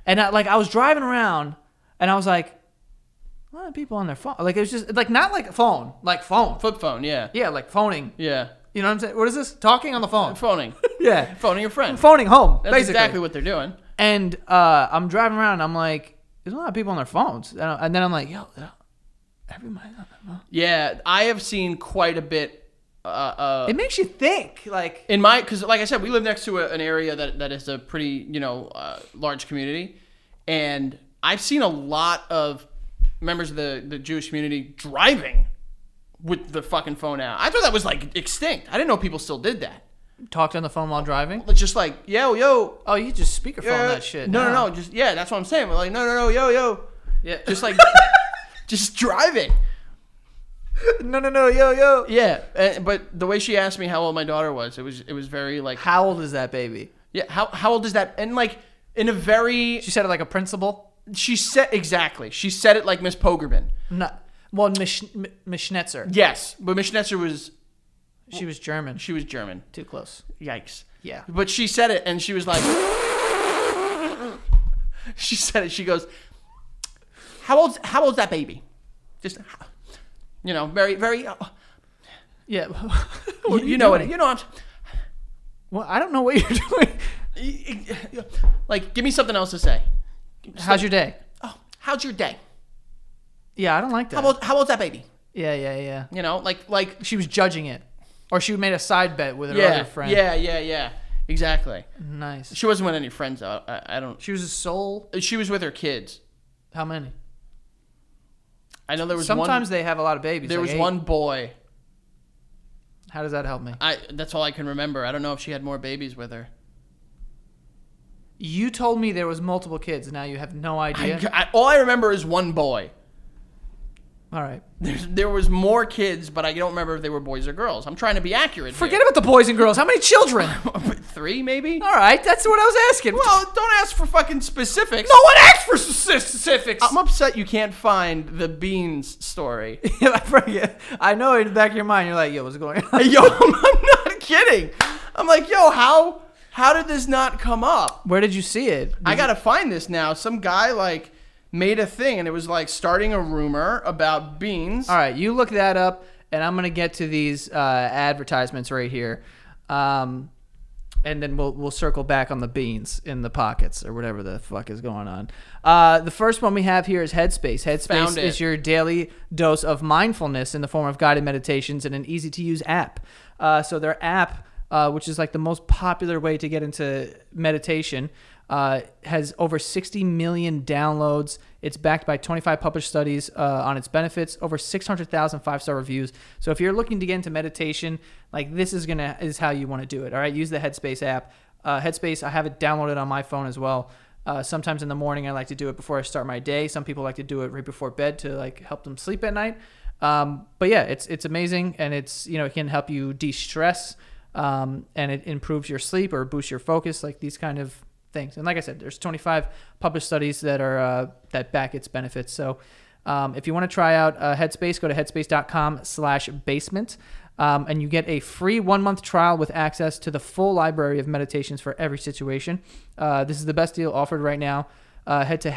Speaker 1: And I, like, I was driving around and I was like, a lot of people on their phone. Like, it was just like, not like a phone, like phone.
Speaker 2: Flip phone. Yeah.
Speaker 1: Yeah, like phoning.
Speaker 2: Yeah.
Speaker 1: You know what I'm saying? What is this? Talking on the phone.
Speaker 2: Phoning.
Speaker 1: Yeah.
Speaker 2: Phoning a friend.
Speaker 1: Phoning home.
Speaker 2: That's
Speaker 1: basically.
Speaker 2: exactly what they're doing.
Speaker 1: And uh, I'm driving around. And I'm like, there's a lot of people on their phones. And, I- and then I'm like, yo, everybody's on their phone.
Speaker 2: Yeah, I have seen quite a bit. Uh, uh,
Speaker 1: It makes you think. Like,
Speaker 2: in my, because like I said, we live next to a, an area that that is a pretty you know uh, large community, and I've seen a lot of members of the the Jewish community driving with the fucking phone out. I thought that was like extinct. I didn't know people still did that.
Speaker 1: talked on the phone while driving.
Speaker 2: It's just like yo yo.
Speaker 1: Oh, you just speakerphone
Speaker 2: yeah.
Speaker 1: that shit.
Speaker 2: No,
Speaker 1: now.
Speaker 2: no, no. Just yeah, that's what I'm saying. Like no, no, no, yo, yo.
Speaker 1: Yeah.
Speaker 2: Just like, just driving.
Speaker 1: no, no, no. Yo, yo.
Speaker 2: Yeah, and, Uh, but the way she asked me how old my daughter was, it was it was very like
Speaker 1: How old is that baby?
Speaker 2: yeah how how old is that and like in a very
Speaker 1: She said it like a principal.
Speaker 2: she said exactly she said it like Miss Pogerman.
Speaker 1: No. Well, Mish, M- Mishnetzer.
Speaker 2: Yes, but Miss Schnetzer was
Speaker 1: She was German.
Speaker 2: she was German.
Speaker 1: Too close.
Speaker 2: Yikes.
Speaker 1: Yeah.
Speaker 2: But she said it and she was like she said it. She goes, how old's how old's that baby? Just you know very very. Uh,
Speaker 1: Yeah.
Speaker 2: you,
Speaker 1: What are
Speaker 2: you know
Speaker 1: doing?
Speaker 2: it. You know I'm.
Speaker 1: Well, I don't know what you're doing.
Speaker 2: Like, give me something else to say.
Speaker 1: How's your day?
Speaker 2: Oh, how's your day?
Speaker 1: Yeah, I don't like that.
Speaker 2: How old, how old's that baby?
Speaker 1: yeah, yeah, yeah.
Speaker 2: You know, like like
Speaker 1: She was judging it, or she made a side bet with her
Speaker 2: yeah,
Speaker 1: other friend.
Speaker 2: yeah, yeah, yeah. Exactly.
Speaker 1: Nice.
Speaker 2: She wasn't with any friends though. I, I don't.
Speaker 1: She was a soul.
Speaker 2: She was with her kids.
Speaker 1: How many?
Speaker 2: I know there was
Speaker 1: Sometimes
Speaker 2: one,
Speaker 1: they have a lot of babies.
Speaker 2: there
Speaker 1: like
Speaker 2: was
Speaker 1: eight.
Speaker 2: one boy.
Speaker 1: How does that help me?
Speaker 2: I that's all I can remember. I don't know if she had more babies with her.
Speaker 1: You told me there was multiple kids. Now you have no
Speaker 2: I-
Speaker 1: idea.
Speaker 2: I- all I remember is one boy.
Speaker 1: All right.
Speaker 2: There's, there was more kids, but I don't remember if they were boys or girls. I'm trying to be accurate.
Speaker 1: Forget about the boys and girls. How many children?
Speaker 2: about three, maybe.
Speaker 1: All right, that's what I was asking.
Speaker 2: Well, don't ask for fucking specifics.
Speaker 1: no one asked for specifics.
Speaker 2: I'm upset you can't find the beans story.
Speaker 1: I forget. I know in the back of your mind, you're like, yo, what's going on?
Speaker 2: yo, I'm not kidding. I'm like, yo, how how did this not come up?
Speaker 1: Where did you see it?
Speaker 2: I gotta find this now. Some guy like made a thing and it was like starting a rumor about beans.
Speaker 1: All right, you look that up, and I'm gonna get to these uh, advertisements right here, um, and then we'll we'll circle back on the beans in the pockets or whatever the fuck is going on. Uh, the first one we have here is Headspace. Headspace
Speaker 2: Found it.
Speaker 1: is your daily dose of mindfulness in the form of guided meditations and an easy to use app. Uh, so their app. Uh, which is like the most popular way to get into meditation, Uh, has over 60 million downloads. It's backed by 25 published studies uh, on its benefits, over 600,000 five star reviews. So if you're looking to get into meditation, like this is gonna is how you want to do it. All right, use the Headspace app. Uh, Headspace, I have it downloaded on my phone as well. Uh, sometimes in the morning, I like to do it before I start my day. Some people like to do it right before bed to like help them sleep at night. Um, but yeah, it's it's amazing, and it's you know it can help you de stress, um, and it improves your sleep or boosts your focus, like these kind of things. And like I said, there's 25 published studies that are uh, that back its benefits. So um, if you want to try out uh, Headspace, go to headspace.com/basement, um, and you get a free one-month trial with access to the full library of meditations for every situation. Uh, this is the best deal offered right now. Uh, head to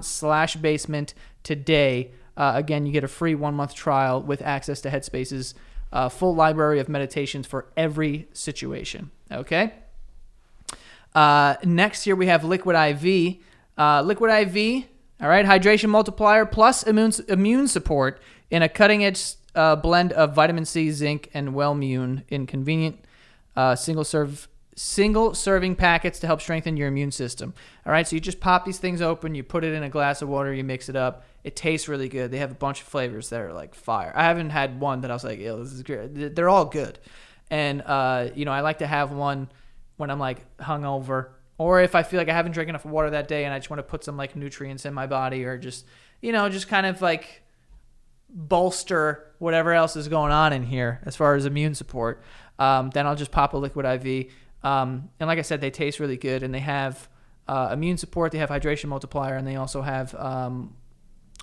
Speaker 1: headspace.com/basement today. Uh, again, you get a free one-month trial with access to Headspace's uh, full library of meditations for every situation. Okay. Uh, next here we have Liquid IV. Uh, Liquid IV, all right, hydration multiplier plus immune immune support in a cutting edge uh, blend of vitamin C, zinc, and Wellmune in convenient uh, single serve single serving packets to help strengthen your immune system. All right, so you just pop these things open, you put it in a glass of water, you mix it up. It tastes really good. They have a bunch of flavors that are like fire. I haven't had one that I was like, "Ew, this is great." They're all good, and uh, you know, I like to have one when I'm like hungover, or if I feel like I haven't drank enough water that day and I just want to put some like nutrients in my body, or just you know, just kind of like bolster whatever else is going on in here as far as immune support. Um, then I'll just pop a liquid IV. Um, and like I said, they taste really good, and they have uh, immune support, they have hydration multiplier, and they also have um,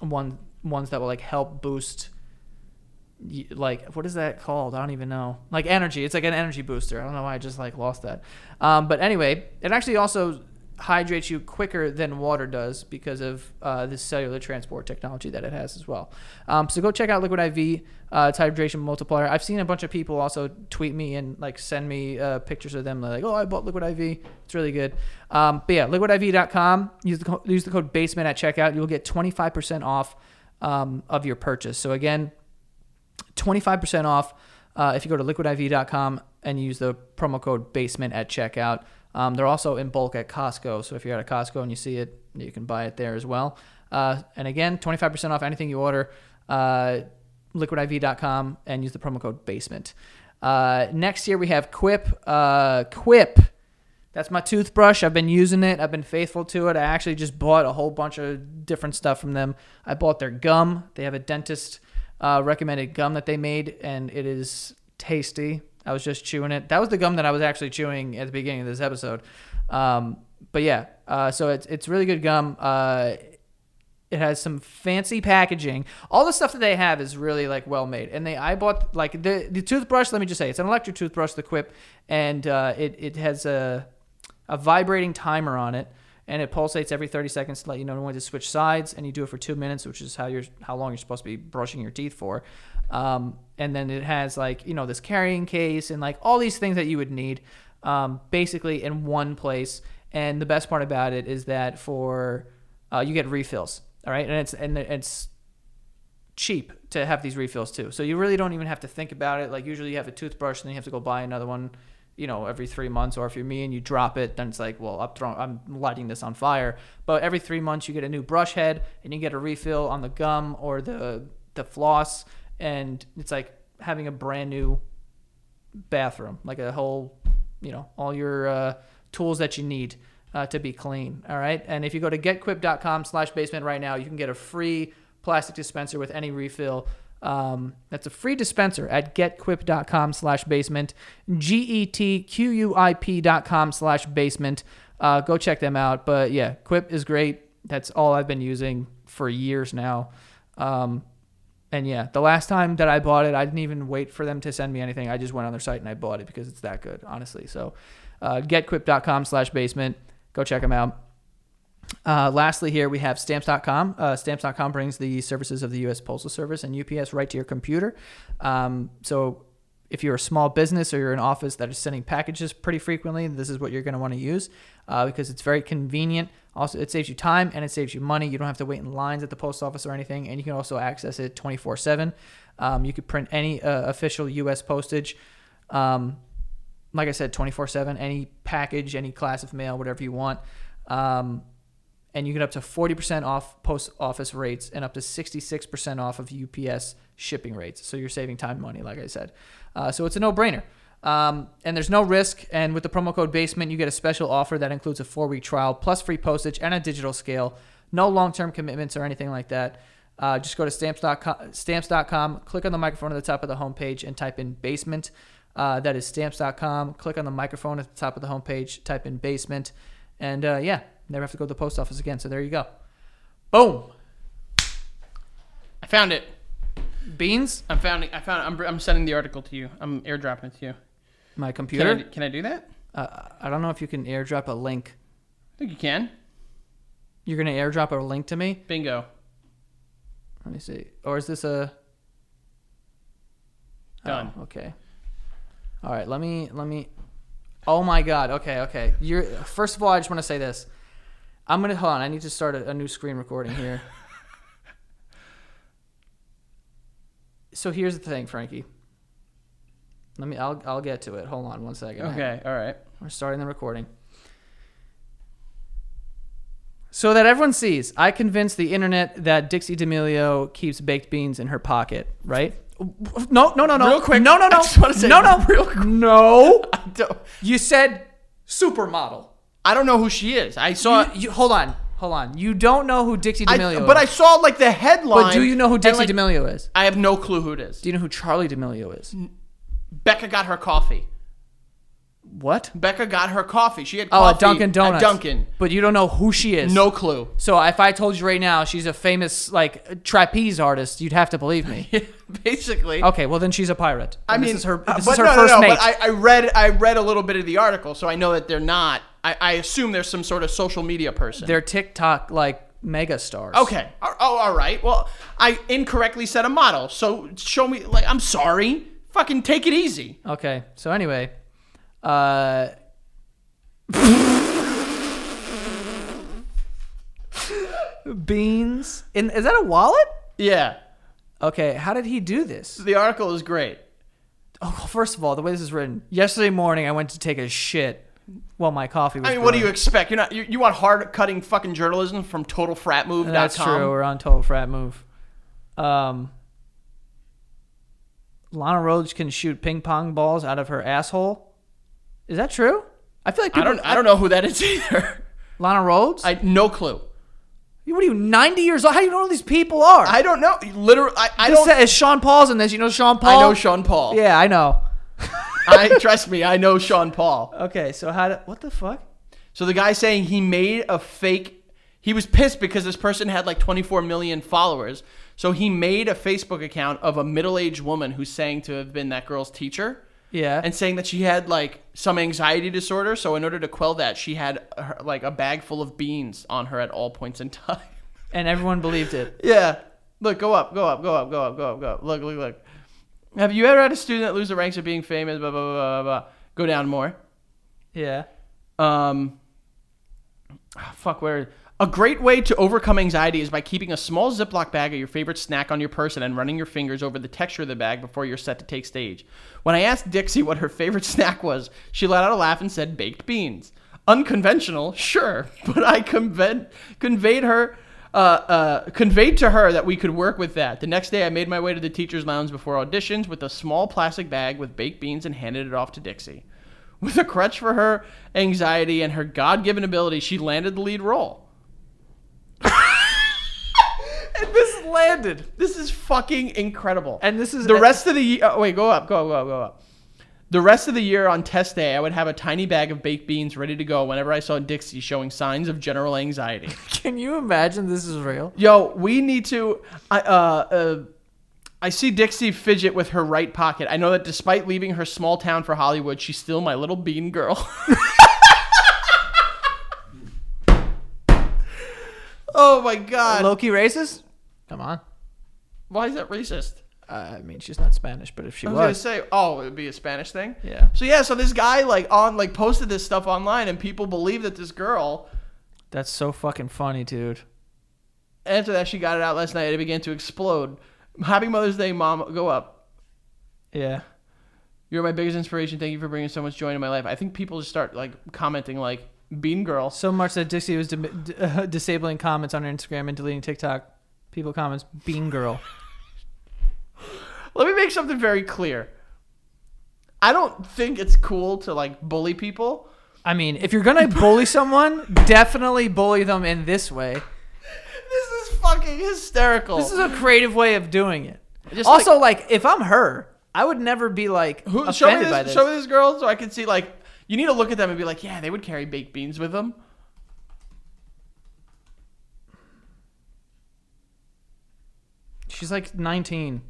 Speaker 1: one ones that will like help boost y- like what is that called? I don't even know. Like energy. It's like an energy booster. I don't know why I just like lost that. Um, but anyway, it actually also hydrates you quicker than water does because of uh, this cellular transport technology that it has as well. Um, so go check out Liquid IV. Uh, it's hydration multiplier. I've seen a bunch of people also tweet me and like send me uh, pictures of them. They're like, oh, I bought Liquid IV. It's really good. Um, but yeah, liquidiv.com. Use the co- use the code basement at checkout. You will get 25% off um, of your purchase. So again, 25% off uh, if you go to liquidiv.com and use the promo code basement at checkout. Um, they're also in bulk at Costco. So if you're at a Costco and you see it, you can buy it there as well. Uh, and again, 25% off anything you order, uh, liquidiv.com and use the promo code basement. Uh, next year we have Quip. Uh, Quip. That's my toothbrush. I've been using it. I've been faithful to it. I actually just bought a whole bunch of different stuff from them. I bought their gum. They have a dentist uh, recommended gum that they made, and it is tasty. I was just chewing it. That was the gum that I was actually chewing at the beginning of this episode. Um, but yeah, uh, so it's it's really good gum. Uh, it has some fancy packaging. All the stuff that they have is really like well made. And they, I bought like the the toothbrush. Let me just say, it's an electric toothbrush, the Quip, and uh, it it has a a vibrating timer on it, and it pulsates every 30 seconds to let you know when to switch sides. And you do it for two minutes, which is how you're how long you're supposed to be brushing your teeth for. Um, and then it has like you know this carrying case and like all these things that you would need, um, basically in one place. And the best part about it is that for uh, you get refills. All right, and it's and it's cheap to have these refills too. So you really don't even have to think about it. Like usually you have a toothbrush and then you have to go buy another one, you know, every three months. Or if you're me and you drop it, then it's like, well, I'm throwing, I'm lighting this on fire. But every three months you get a new brush head and you get a refill on the gum or the the floss, and it's like having a brand new bathroom, like a whole, you know, all your uh, tools that you need uh, to be clean. All right. And if you go to getquip.com slash basement right now, you can get a free plastic dispenser with any refill. Um, that's a free dispenser at getquip.com slash basement, G E T Q U I P dot com slash basement. Uh, go check them out. But yeah, Quip is great. That's all I've been using for years now. Um, and yeah, the last time that I bought it, I didn't even wait for them to send me anything. I just went on their site and I bought it because it's that good, honestly. So uh, getquip.com slash basement. Go check them out. Uh, lastly, here we have stamps.com. Uh, stamps.com brings the services of the U.S. Postal Service and UPS right to your computer. Um, so if you're a small business or you're an office that is sending packages pretty frequently, this is what you're going to want to use uh, because it's very convenient. Also, it saves you time and it saves you money. You don't have to wait in lines at the post office or anything, and you can also access it 24 7. Um, you could print any uh, official U.S. postage. Um, like I said, 24 7, any package, any class of mail, whatever you want. Um, and you get up to 40% off post office rates and up to 66% off of UPS shipping rates. So you're saving time and money, like I said. Uh, so it's a no brainer. Um, and there's no risk. And with the promo code BASEMENT, you get a special offer that includes a four week trial plus free postage and a digital scale. No long term commitments or anything like that. Uh, just go to stamps.com, stamps.com, click on the microphone at the top of the homepage, and type in basement. Uh, that is stamps.com. Click on the microphone at the top of the homepage, type in basement, and uh, yeah, never have to go to the post office again. So there you go. Boom.
Speaker 2: I found it.
Speaker 1: Beans,
Speaker 2: I'm found. I found. I'm, I'm sending the article to you. I'm airdropping it to you.
Speaker 1: my
Speaker 2: Can I,
Speaker 1: computer.
Speaker 2: can I do that?
Speaker 1: Uh, I don't know if you can airdrop a link.
Speaker 2: I think you can.
Speaker 1: You're going to airdrop a link to me?
Speaker 2: Bingo.
Speaker 1: Let me see. Or is this a. Oh,
Speaker 2: Done.
Speaker 1: okay. All right. Let me. Let me. Oh my God. Okay. Okay. You're. First of all, I just want to say this. I'm gonna hold on. I need to start a, a new screen recording here. so here's the thing, Frankie. Let me. I'll. I'll get to it. Hold on one second.
Speaker 2: Okay. All right.
Speaker 1: We're starting the recording. So that everyone sees, I convinced the internet that Dixie D'Amelio keeps baked beans in her pocket, right? No, no, no, no.
Speaker 2: Real quick,
Speaker 1: No, no, no.
Speaker 2: I just wanna say-
Speaker 1: no, no.
Speaker 2: real quick.
Speaker 1: No.
Speaker 2: I don't,
Speaker 1: You said supermodel.
Speaker 2: I don't know who she is. I saw.
Speaker 1: You, you- hold on. Hold on. You don't know who Dixie
Speaker 2: Uh, I-
Speaker 1: D'Amelio
Speaker 2: but I
Speaker 1: is.
Speaker 2: saw like the headline.
Speaker 1: But do you know who
Speaker 2: and,
Speaker 1: Dixie
Speaker 2: like,
Speaker 1: D'Amelio is?
Speaker 2: I have no clue who it is.
Speaker 1: Do you know who Charlie D'Amelio is?
Speaker 2: Becca got her coffee.
Speaker 1: What?
Speaker 2: Becca got her coffee. She had
Speaker 1: Oh,
Speaker 2: coffee
Speaker 1: at Dunkin' Donuts.
Speaker 2: At Dunkin'.
Speaker 1: But you don't know who she is.
Speaker 2: No clue.
Speaker 1: So if I told you right now she's a famous like trapeze artist, you'd have to believe me.
Speaker 2: Basically.
Speaker 1: Okay, well then she's a pirate.
Speaker 2: I
Speaker 1: And
Speaker 2: mean,
Speaker 1: this is her. This
Speaker 2: uh,
Speaker 1: is
Speaker 2: but
Speaker 1: her
Speaker 2: no, no,
Speaker 1: first
Speaker 2: no,
Speaker 1: mate.
Speaker 2: But I, I read, I read a little bit of the article, so I know that they're not. I, I assume they're some sort of social media person.
Speaker 1: They're TikTok like mega stars.
Speaker 2: okay. Oh, oh, all right. Well, I incorrectly said a model, so show me. Like, I'm sorry. Fucking take it easy.
Speaker 1: Okay. So anyway, uh, beans. In is that a wallet?
Speaker 2: Yeah.
Speaker 1: Okay. How did he do this?
Speaker 2: The article is great.
Speaker 1: Oh, first of all, the way this is written. Yesterday morning, I went to take a shit while my coffee was.
Speaker 2: I mean, what do you
Speaker 1: brewing.
Speaker 2: expect? You're not. You, you want hard cutting fucking journalism from TotalFratMove.com.
Speaker 1: That's true. We're on total frat move. Um, Lana Rhodes can shoot ping pong balls out of her asshole. Is that true? I feel like
Speaker 2: I
Speaker 1: people,
Speaker 2: don't. I don't know who that is either.
Speaker 1: Lana Rhodes.
Speaker 2: I no clue.
Speaker 1: what are you, ninety years old? How do you know who these people are?
Speaker 2: I don't know. Literally, I, I
Speaker 1: This
Speaker 2: don't.
Speaker 1: is Sean Paul's in this. You know Sean Paul.
Speaker 2: I know Sean Paul.
Speaker 1: Yeah, I know.
Speaker 2: I trust me. I know Sean Paul.
Speaker 1: Okay, so how? Do, what the fuck?
Speaker 2: So the guy saying he made a fake. He was pissed because this person had like 24 million followers. So he made a Facebook account of a middle-aged woman who's saying to have been that girl's teacher
Speaker 1: Yeah.
Speaker 2: and saying that she had like some anxiety disorder. So in order to quell that, she had her, like a bag full of beans on her at all points in time.
Speaker 1: and everyone believed it.
Speaker 2: yeah. Look, go up, go up, go up, go up, go up, go up. Look, look, look. Have you ever had a student lose the ranks of being famous? Blah blah blah blah. blah. Go down more.
Speaker 1: Yeah.
Speaker 2: Um, ah, fuck, where? A great way to overcome anxiety is by keeping a small Ziploc bag of your favorite snack on your person and running your fingers over the texture of the bag before you're set to take stage. When I asked Dixie what her favorite snack was, she let out a laugh and said baked beans. Unconventional, sure, but I conven- conveyed her. Uh, uh, conveyed to her that we could work with that. The next day, I made my way to the teacher's lounge before auditions with a small plastic bag with baked beans and handed it off to Dixie. With a crutch for her anxiety and her God given ability, she landed the lead role.
Speaker 1: This landed.
Speaker 2: This is fucking incredible.
Speaker 1: And this is-
Speaker 2: the rest of the year. Oh, wait, go up, go up, go up, go up. The rest of the year on test day, I would have a tiny bag of baked beans ready to go whenever I saw Dixie showing signs of general anxiety.
Speaker 1: Can you imagine this is real?
Speaker 2: Yo, we need to. I uh, uh, I see Dixie fidget with her right pocket. I know that despite leaving her small town for Hollywood, she's still my little bean girl. oh my god!
Speaker 1: Loki racist? Come on.
Speaker 2: Why is that racist?
Speaker 1: I mean, she's not Spanish, but if she
Speaker 2: I
Speaker 1: was,
Speaker 2: was gonna say, oh, it would be a Spanish thing.
Speaker 1: Yeah.
Speaker 2: So yeah, so this guy like on like posted this stuff online, and people believe that this girl.
Speaker 1: that's so fucking funny, dude.
Speaker 2: After that, she got it out last night, and it began to explode. Happy Mother's Day, Mom. Go up.
Speaker 1: Yeah.
Speaker 2: You're my biggest inspiration. Thank you for bringing so much joy into my life. I think people just start like commenting like Bean Girl.
Speaker 1: So much that Dixie was dim- d- uh, disabling comments on her Instagram and deleting TikTok. People comments, bean girl.
Speaker 2: Let me make something very clear. I don't think it's cool to like bully people.
Speaker 1: I mean, if you're gonna bully someone, definitely bully them in this way.
Speaker 2: This is fucking hysterical.
Speaker 1: This is a creative way of doing it.
Speaker 2: Just
Speaker 1: also, like, if I'm her, I would never be like
Speaker 2: Who,
Speaker 1: offended
Speaker 2: show me this,
Speaker 1: by this.
Speaker 2: Show me this girl so I can see like you need to look at them and be like, yeah, they would carry baked beans with them.
Speaker 1: She's like 19.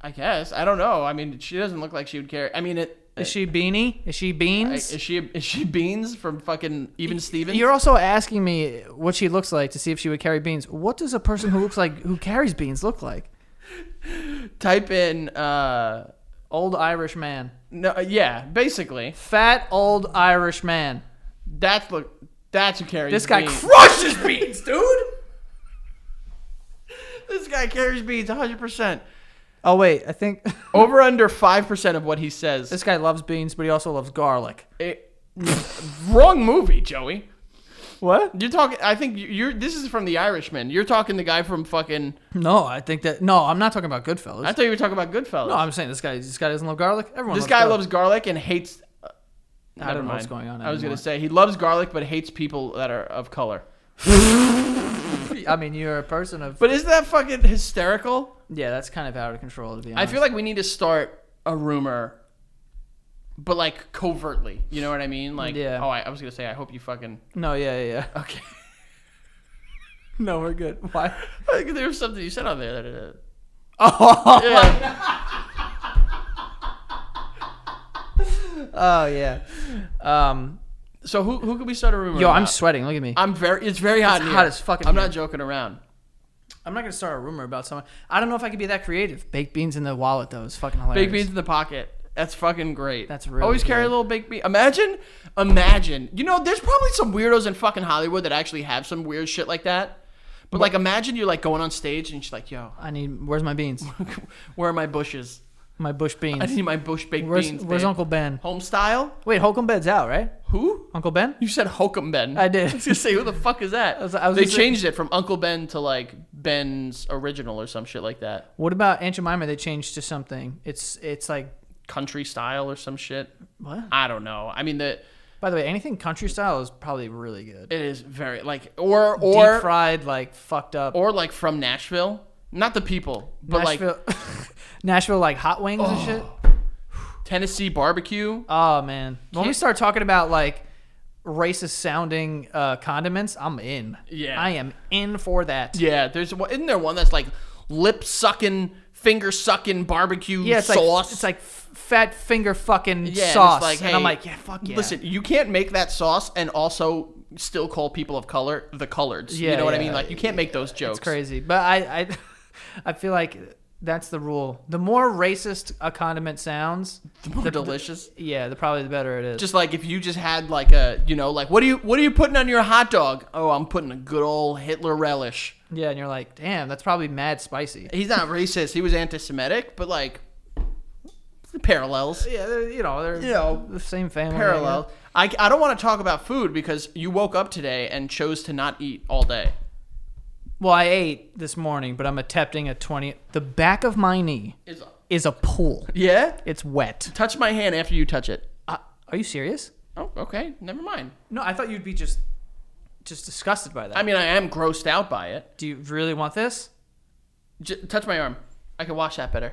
Speaker 2: I guess. I don't know. I mean, she doesn't look like she would carry. I mean, it.
Speaker 1: Is she beanie? Is she
Speaker 2: I-
Speaker 1: beans?
Speaker 2: Is she is she beans from fucking even Stevens?
Speaker 1: You're also asking me what she looks like to see if she would carry beans. What does a person who looks like who carries beans look like?
Speaker 2: Type in uh
Speaker 1: Old Irish man.
Speaker 2: no yeah basically
Speaker 1: Fat old Irish man.
Speaker 2: that's look that's who carries
Speaker 1: This guy
Speaker 2: beans.
Speaker 1: crushes beans, dude.
Speaker 2: this guy carries beans 100 percent
Speaker 1: Oh wait, I think
Speaker 2: over under five percent of what he says.
Speaker 1: this guy loves beans, but he also loves garlic.
Speaker 2: It- wrong movie, Joey.
Speaker 1: What?
Speaker 2: You're talking. I think you- you're. This is from The Irishman. You're talking the guy from fucking.
Speaker 1: No, I think that no, I'm not talking about Goodfellas.
Speaker 2: I thought you were talking about Goodfellas.
Speaker 1: no, I'm saying this guy. This guy doesn't love garlic. Everyone.
Speaker 2: this
Speaker 1: loves
Speaker 2: guy
Speaker 1: garlic.
Speaker 2: loves garlic and hates. uh,
Speaker 1: I don't know what's going on.
Speaker 2: I was
Speaker 1: anymore.
Speaker 2: gonna say he loves garlic but hates people that are of color.
Speaker 1: I mean, you're a person of.
Speaker 2: But isn't that fucking hysterical?
Speaker 1: Yeah, that's kind of out of control to be
Speaker 2: I
Speaker 1: honest.
Speaker 2: feel like we need to start a rumor, but like covertly. You know what I mean? Like,
Speaker 1: Yeah.
Speaker 2: oh, I, I was gonna say I hope you fucking
Speaker 1: no, yeah, yeah, yeah.
Speaker 2: okay.
Speaker 1: No, we're good. Why?
Speaker 2: Like, there was something you said on there that. Uh,
Speaker 1: Oh,
Speaker 2: yeah.
Speaker 1: oh yeah. Um,
Speaker 2: so who who could we start a rumor?
Speaker 1: yo, I'm
Speaker 2: about?
Speaker 1: sweating. Look at me.
Speaker 2: I'm very. It's very hot.
Speaker 1: It's
Speaker 2: in
Speaker 1: hot
Speaker 2: here.
Speaker 1: as fuck in
Speaker 2: I'm
Speaker 1: here.
Speaker 2: not joking around.
Speaker 1: I'm not gonna start a rumor about someone. I don't know if I could be that creative. Baked beans in the wallet though is fucking hilarious.
Speaker 2: Baked beans in the pocket. That's fucking great.
Speaker 1: That's really
Speaker 2: Always carry a
Speaker 1: good.
Speaker 2: little baked bean. Imagine, imagine. You know, there's probably some weirdos in fucking Hollywood that actually have some weird shit like that. But like, imagine you're like going on stage and she's like, "Yo,
Speaker 1: I need. Where's my beans?
Speaker 2: where are my bushes?
Speaker 1: My bush
Speaker 2: I
Speaker 1: beans.
Speaker 2: need my bush baked
Speaker 1: Where's
Speaker 2: beans."
Speaker 1: Where's
Speaker 2: babe."
Speaker 1: Uncle Ben?
Speaker 2: Home style?
Speaker 1: Wait, Holcomb Ben's out, right?
Speaker 2: Who?
Speaker 1: Uncle Ben?
Speaker 2: You said Hokum Ben.
Speaker 1: I did.
Speaker 2: I was gonna say, who the fuck is that?
Speaker 1: was- I was
Speaker 2: they
Speaker 1: gonna say-
Speaker 2: changed it from Uncle Ben to like Ben's original or some shit like that,
Speaker 1: What about Aunt Jemima? They changed to something. It's it's like
Speaker 2: country style or some shit.
Speaker 1: what?
Speaker 2: I don't know. I mean, the
Speaker 1: By the way, anything country style is probably really good.
Speaker 2: it is very like or or
Speaker 1: Deep fried, like fucked up.
Speaker 2: or like from Nashville. Not the people, but like Oh.
Speaker 1: Nashville, Nashville, like hot wings and shit.
Speaker 2: Tennessee barbecue.
Speaker 1: Oh man, when we start talking about like racist sounding uh, condiments, I'm in.
Speaker 2: Yeah.
Speaker 1: I am in for that.
Speaker 2: Yeah, there's one. Isn't there one that's like lip sucking, finger sucking barbecue
Speaker 1: Yeah, it's
Speaker 2: sauce?
Speaker 1: like it's like f- fat finger fucking
Speaker 2: Yeah, and it's
Speaker 1: sauce,
Speaker 2: like,
Speaker 1: and I'm
Speaker 2: hey,
Speaker 1: like, yeah, fuck yeah.
Speaker 2: Listen, you can't make that sauce and also still call people of color the coloreds.
Speaker 1: Yeah,
Speaker 2: you know what I
Speaker 1: yeah.
Speaker 2: mean? Like you can't make those jokes.
Speaker 1: it's crazy, but I I, I feel like that's the rule. The more racist a condiment sounds,
Speaker 2: They're delicious.
Speaker 1: yeah, the probably the better it is.
Speaker 2: Just like if you just had like a, you know, like what do you what are you putting on your hot dog? Oh, I'm putting a good old Hitler relish.
Speaker 1: yeah, and you're like, damn, that's probably mad spicy.
Speaker 2: He's not racist. He was anti-Semitic, but like the parallels.
Speaker 1: Yeah, they're, you know they're
Speaker 2: You know,
Speaker 1: the same family.
Speaker 2: Parallel. I, I don't want to talk about food because you woke up today and chose to not eat all day.
Speaker 1: Well, I ate this morning, but I'm attempting a 20. The back of my knee
Speaker 2: Is
Speaker 1: is a pool.
Speaker 2: yeah.
Speaker 1: It's wet.
Speaker 2: Touch my hand after you touch it.
Speaker 1: Uh, are you serious?
Speaker 2: Oh, okay. Never mind.
Speaker 1: No, I thought you'd be just just disgusted by that.
Speaker 2: I mean, I am grossed out by it.
Speaker 1: Do you really want this?
Speaker 2: J- touch my arm. I can wash that better.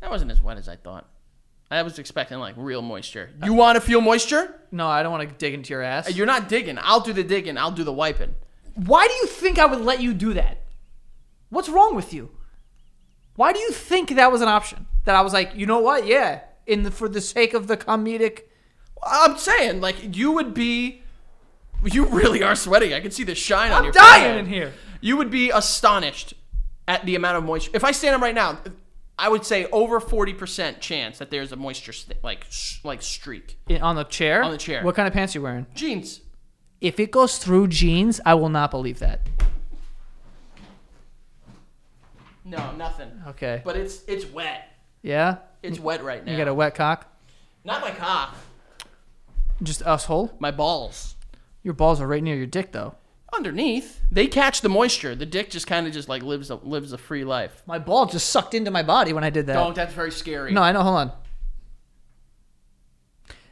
Speaker 2: That wasn't as wet as I thought. I was expecting like real moisture.
Speaker 1: Uh,
Speaker 2: You want to feel moisture?
Speaker 1: No, I don't want to dig into your ass.
Speaker 2: You're not digging. I'll do the digging. I'll do the wiping.
Speaker 1: Why do you think I would let you do that? What's wrong with you? Why do you think that was an option? That I was like, you know what? Yeah, in the, for the sake of the comedic.
Speaker 2: I'm saying like you would be. You really are sweating. I can see the shine on
Speaker 1: I'm
Speaker 2: your.
Speaker 1: dying
Speaker 2: forehead.
Speaker 1: in here.
Speaker 2: You would be astonished at the amount of moisture. If I stand up right now, I would say over forty percent chance that there's a moisture st- like sh- like streak.
Speaker 1: In- on the chair.
Speaker 2: On the chair.
Speaker 1: What kind of pants are you wearing?
Speaker 2: Jeans.
Speaker 1: If it goes through jeans, I will not believe that.
Speaker 2: No, nothing.
Speaker 1: Okay.
Speaker 2: But it's it's wet.
Speaker 1: Yeah.
Speaker 2: It's wet right now.
Speaker 1: You got a wet cock?
Speaker 2: Not my cock.
Speaker 1: Just asshole.
Speaker 2: My balls.
Speaker 1: Your balls are right near your dick though.
Speaker 2: Underneath, they catch the moisture. The dick just kind of just like lives a, lives a free life.
Speaker 1: My ball just sucked into my body when I did that.
Speaker 2: Don't. That's very scary.
Speaker 1: No, I know. Hold on.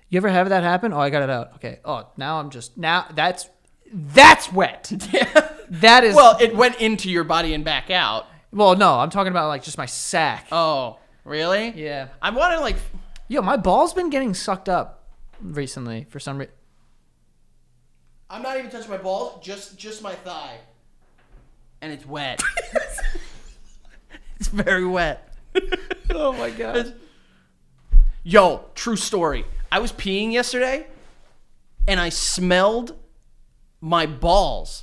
Speaker 1: You ever have that happen? Oh, I got it out. Okay. Oh, now I'm just now. That's that's wet. That is
Speaker 2: well, it went into your body and back out.
Speaker 1: Well, no, I'm talking about like just my sack.
Speaker 2: Oh, really?
Speaker 1: Yeah.
Speaker 2: I want to like.
Speaker 1: Yo, my ball's been getting sucked up recently for some reason.
Speaker 2: I'm not even touching my balls. Just just my thigh. And it's wet. it's very wet.
Speaker 1: Oh my god.
Speaker 2: Yo, true story. I was peeing yesterday and I smelled my balls.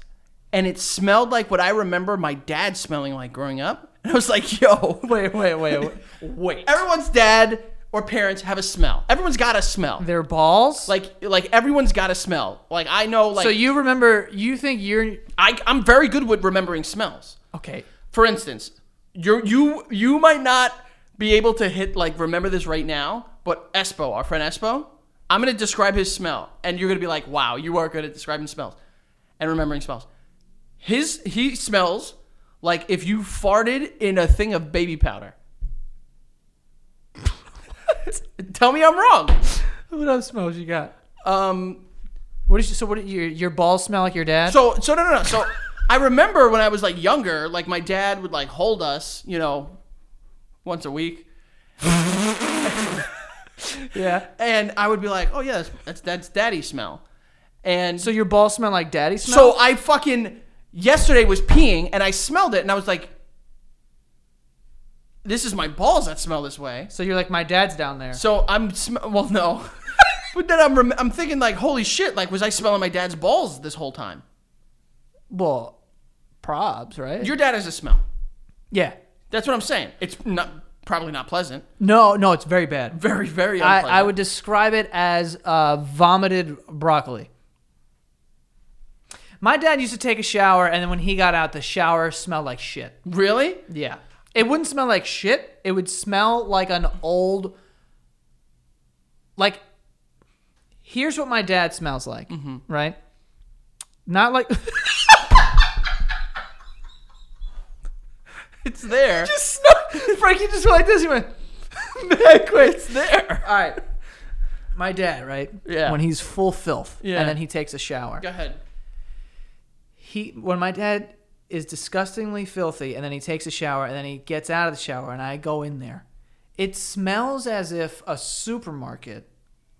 Speaker 2: And it smelled like what I remember my dad smelling like growing up. And I was like, yo,
Speaker 1: Wait, wait, wait, wait. wait.
Speaker 2: everyone's dad or parents have a smell. Everyone's got a smell.
Speaker 1: Their balls.
Speaker 2: Like like everyone's got a smell. Like I know like
Speaker 1: so you remember? You think you're
Speaker 2: I I'm very good with remembering smells.
Speaker 1: okay?
Speaker 2: For instance, you you you might not be able to hit like remember this right now, but Espo, our friend Espo, I'm gonna describe his smell, and you're gonna be like, "Wow, you are good at describing smells and remembering smells." His he smells like if you farted in a thing of baby powder. Tell me I'm wrong.
Speaker 1: What other smells you got?
Speaker 2: Um,
Speaker 1: What is so? What your your balls smell like your dad?
Speaker 2: So so no no no. So I remember when I was like younger, like my dad would like hold us, you know, once a week,
Speaker 1: yeah.
Speaker 2: and I would be like, "Oh yeah, that's that's, that's daddy smell," and
Speaker 1: So
Speaker 2: so
Speaker 1: your balls smell like daddy smell.
Speaker 2: so I fucking yesterday was peeing and I smelled it and I was like, "This is my balls that smell this way."
Speaker 1: So you're like my dad's down there.
Speaker 2: So I'm sm- well no, but then I'm rem- I'm thinking like, "Holy shit! Like was I smelling my dad's balls this whole time?"
Speaker 1: Well, probs, right?
Speaker 2: Your dad has a smell.
Speaker 1: yeah.
Speaker 2: That's what I'm saying. It's not probably not pleasant.
Speaker 1: No, no, it's very bad.
Speaker 2: Very, very
Speaker 1: I,
Speaker 2: unpleasant.
Speaker 1: I would describe it as uh, vomited broccoli. My dad used to take a shower, and then when he got out, the shower smelled like shit.
Speaker 2: really.
Speaker 1: Yeah. It wouldn't smell like shit. It would smell like an old. Like, here's what my dad smells like,
Speaker 2: Mm-hmm.
Speaker 1: right? Not like.
Speaker 2: It's there.
Speaker 1: Frankie just went like this. He went,
Speaker 2: Heck, it's there.
Speaker 1: all right. My dad, right?
Speaker 2: Yeah.
Speaker 1: When he's full filth,
Speaker 2: Yeah.
Speaker 1: and then he takes a shower.
Speaker 2: Go ahead.
Speaker 1: he when my dad is disgustingly filthy and then he takes a shower and then he gets out of the shower and I go in there. It smells as if a supermarket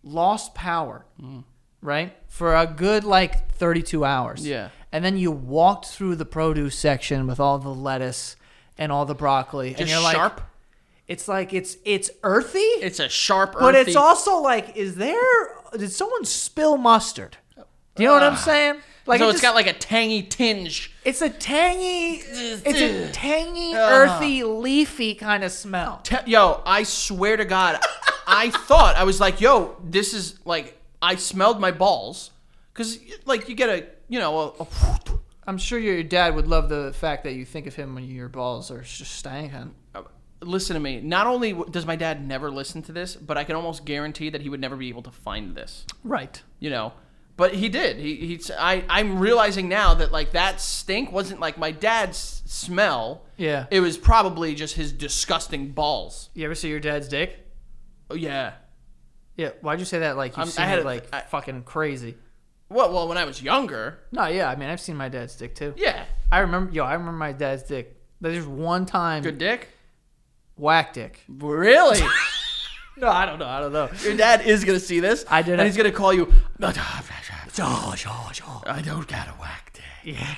Speaker 1: lost power,
Speaker 2: Mm.
Speaker 1: right? For a good like 32 hours.
Speaker 2: Yeah.
Speaker 1: And then you walked through the produce section with all the lettuce and all the broccoli and
Speaker 2: Just
Speaker 1: you're like
Speaker 2: sharp.
Speaker 1: it's like it's it's earthy,
Speaker 2: It's a sharp.
Speaker 1: but it's
Speaker 2: earthy-
Speaker 1: also like is there did someone spill mustard? Do you know what I'm saying? Like
Speaker 2: so
Speaker 1: it
Speaker 2: it's
Speaker 1: just-
Speaker 2: got like a tangy tinge.
Speaker 1: it's a tangy, it's a tangy, earthy, leafy kind of smell.
Speaker 2: Te- yo, I swear to God, I thought I was like, yo, this is like I smelled my balls, cause like you get a you know a, a
Speaker 1: I'm sure your dad would love the fact that you think of him when your balls are just stinking.
Speaker 2: uh, listen to me. Not only w- does my dad never listen to this, but I can almost guarantee that he would never be able to find this.
Speaker 1: Right.
Speaker 2: You know, but he did. He he's I I'm realizing now that like that stink wasn't like my dad's smell.
Speaker 1: Yeah.
Speaker 2: It was probably just his disgusting balls.
Speaker 1: You ever see your dad's dick?
Speaker 2: Oh yeah.
Speaker 1: Yeah. Why'd you say that? Like
Speaker 2: I'm-
Speaker 1: you've seen
Speaker 2: I had
Speaker 1: it
Speaker 2: a-
Speaker 1: like
Speaker 2: I-
Speaker 1: fucking crazy.
Speaker 2: Well, well, when I was younger.
Speaker 1: No, yeah. I mean, I've seen my dad's dick too.
Speaker 2: Yeah.
Speaker 1: I remember. Yo, I remember my dad's dick. There's one time
Speaker 2: Good dick.
Speaker 1: whack dick.
Speaker 2: Really?
Speaker 1: No, I don't know. I don't know.
Speaker 2: Your dad is gonna see this.
Speaker 1: I did
Speaker 2: And
Speaker 1: it.
Speaker 2: he's gonna call you. I don't got a whack dick.
Speaker 1: Yeah.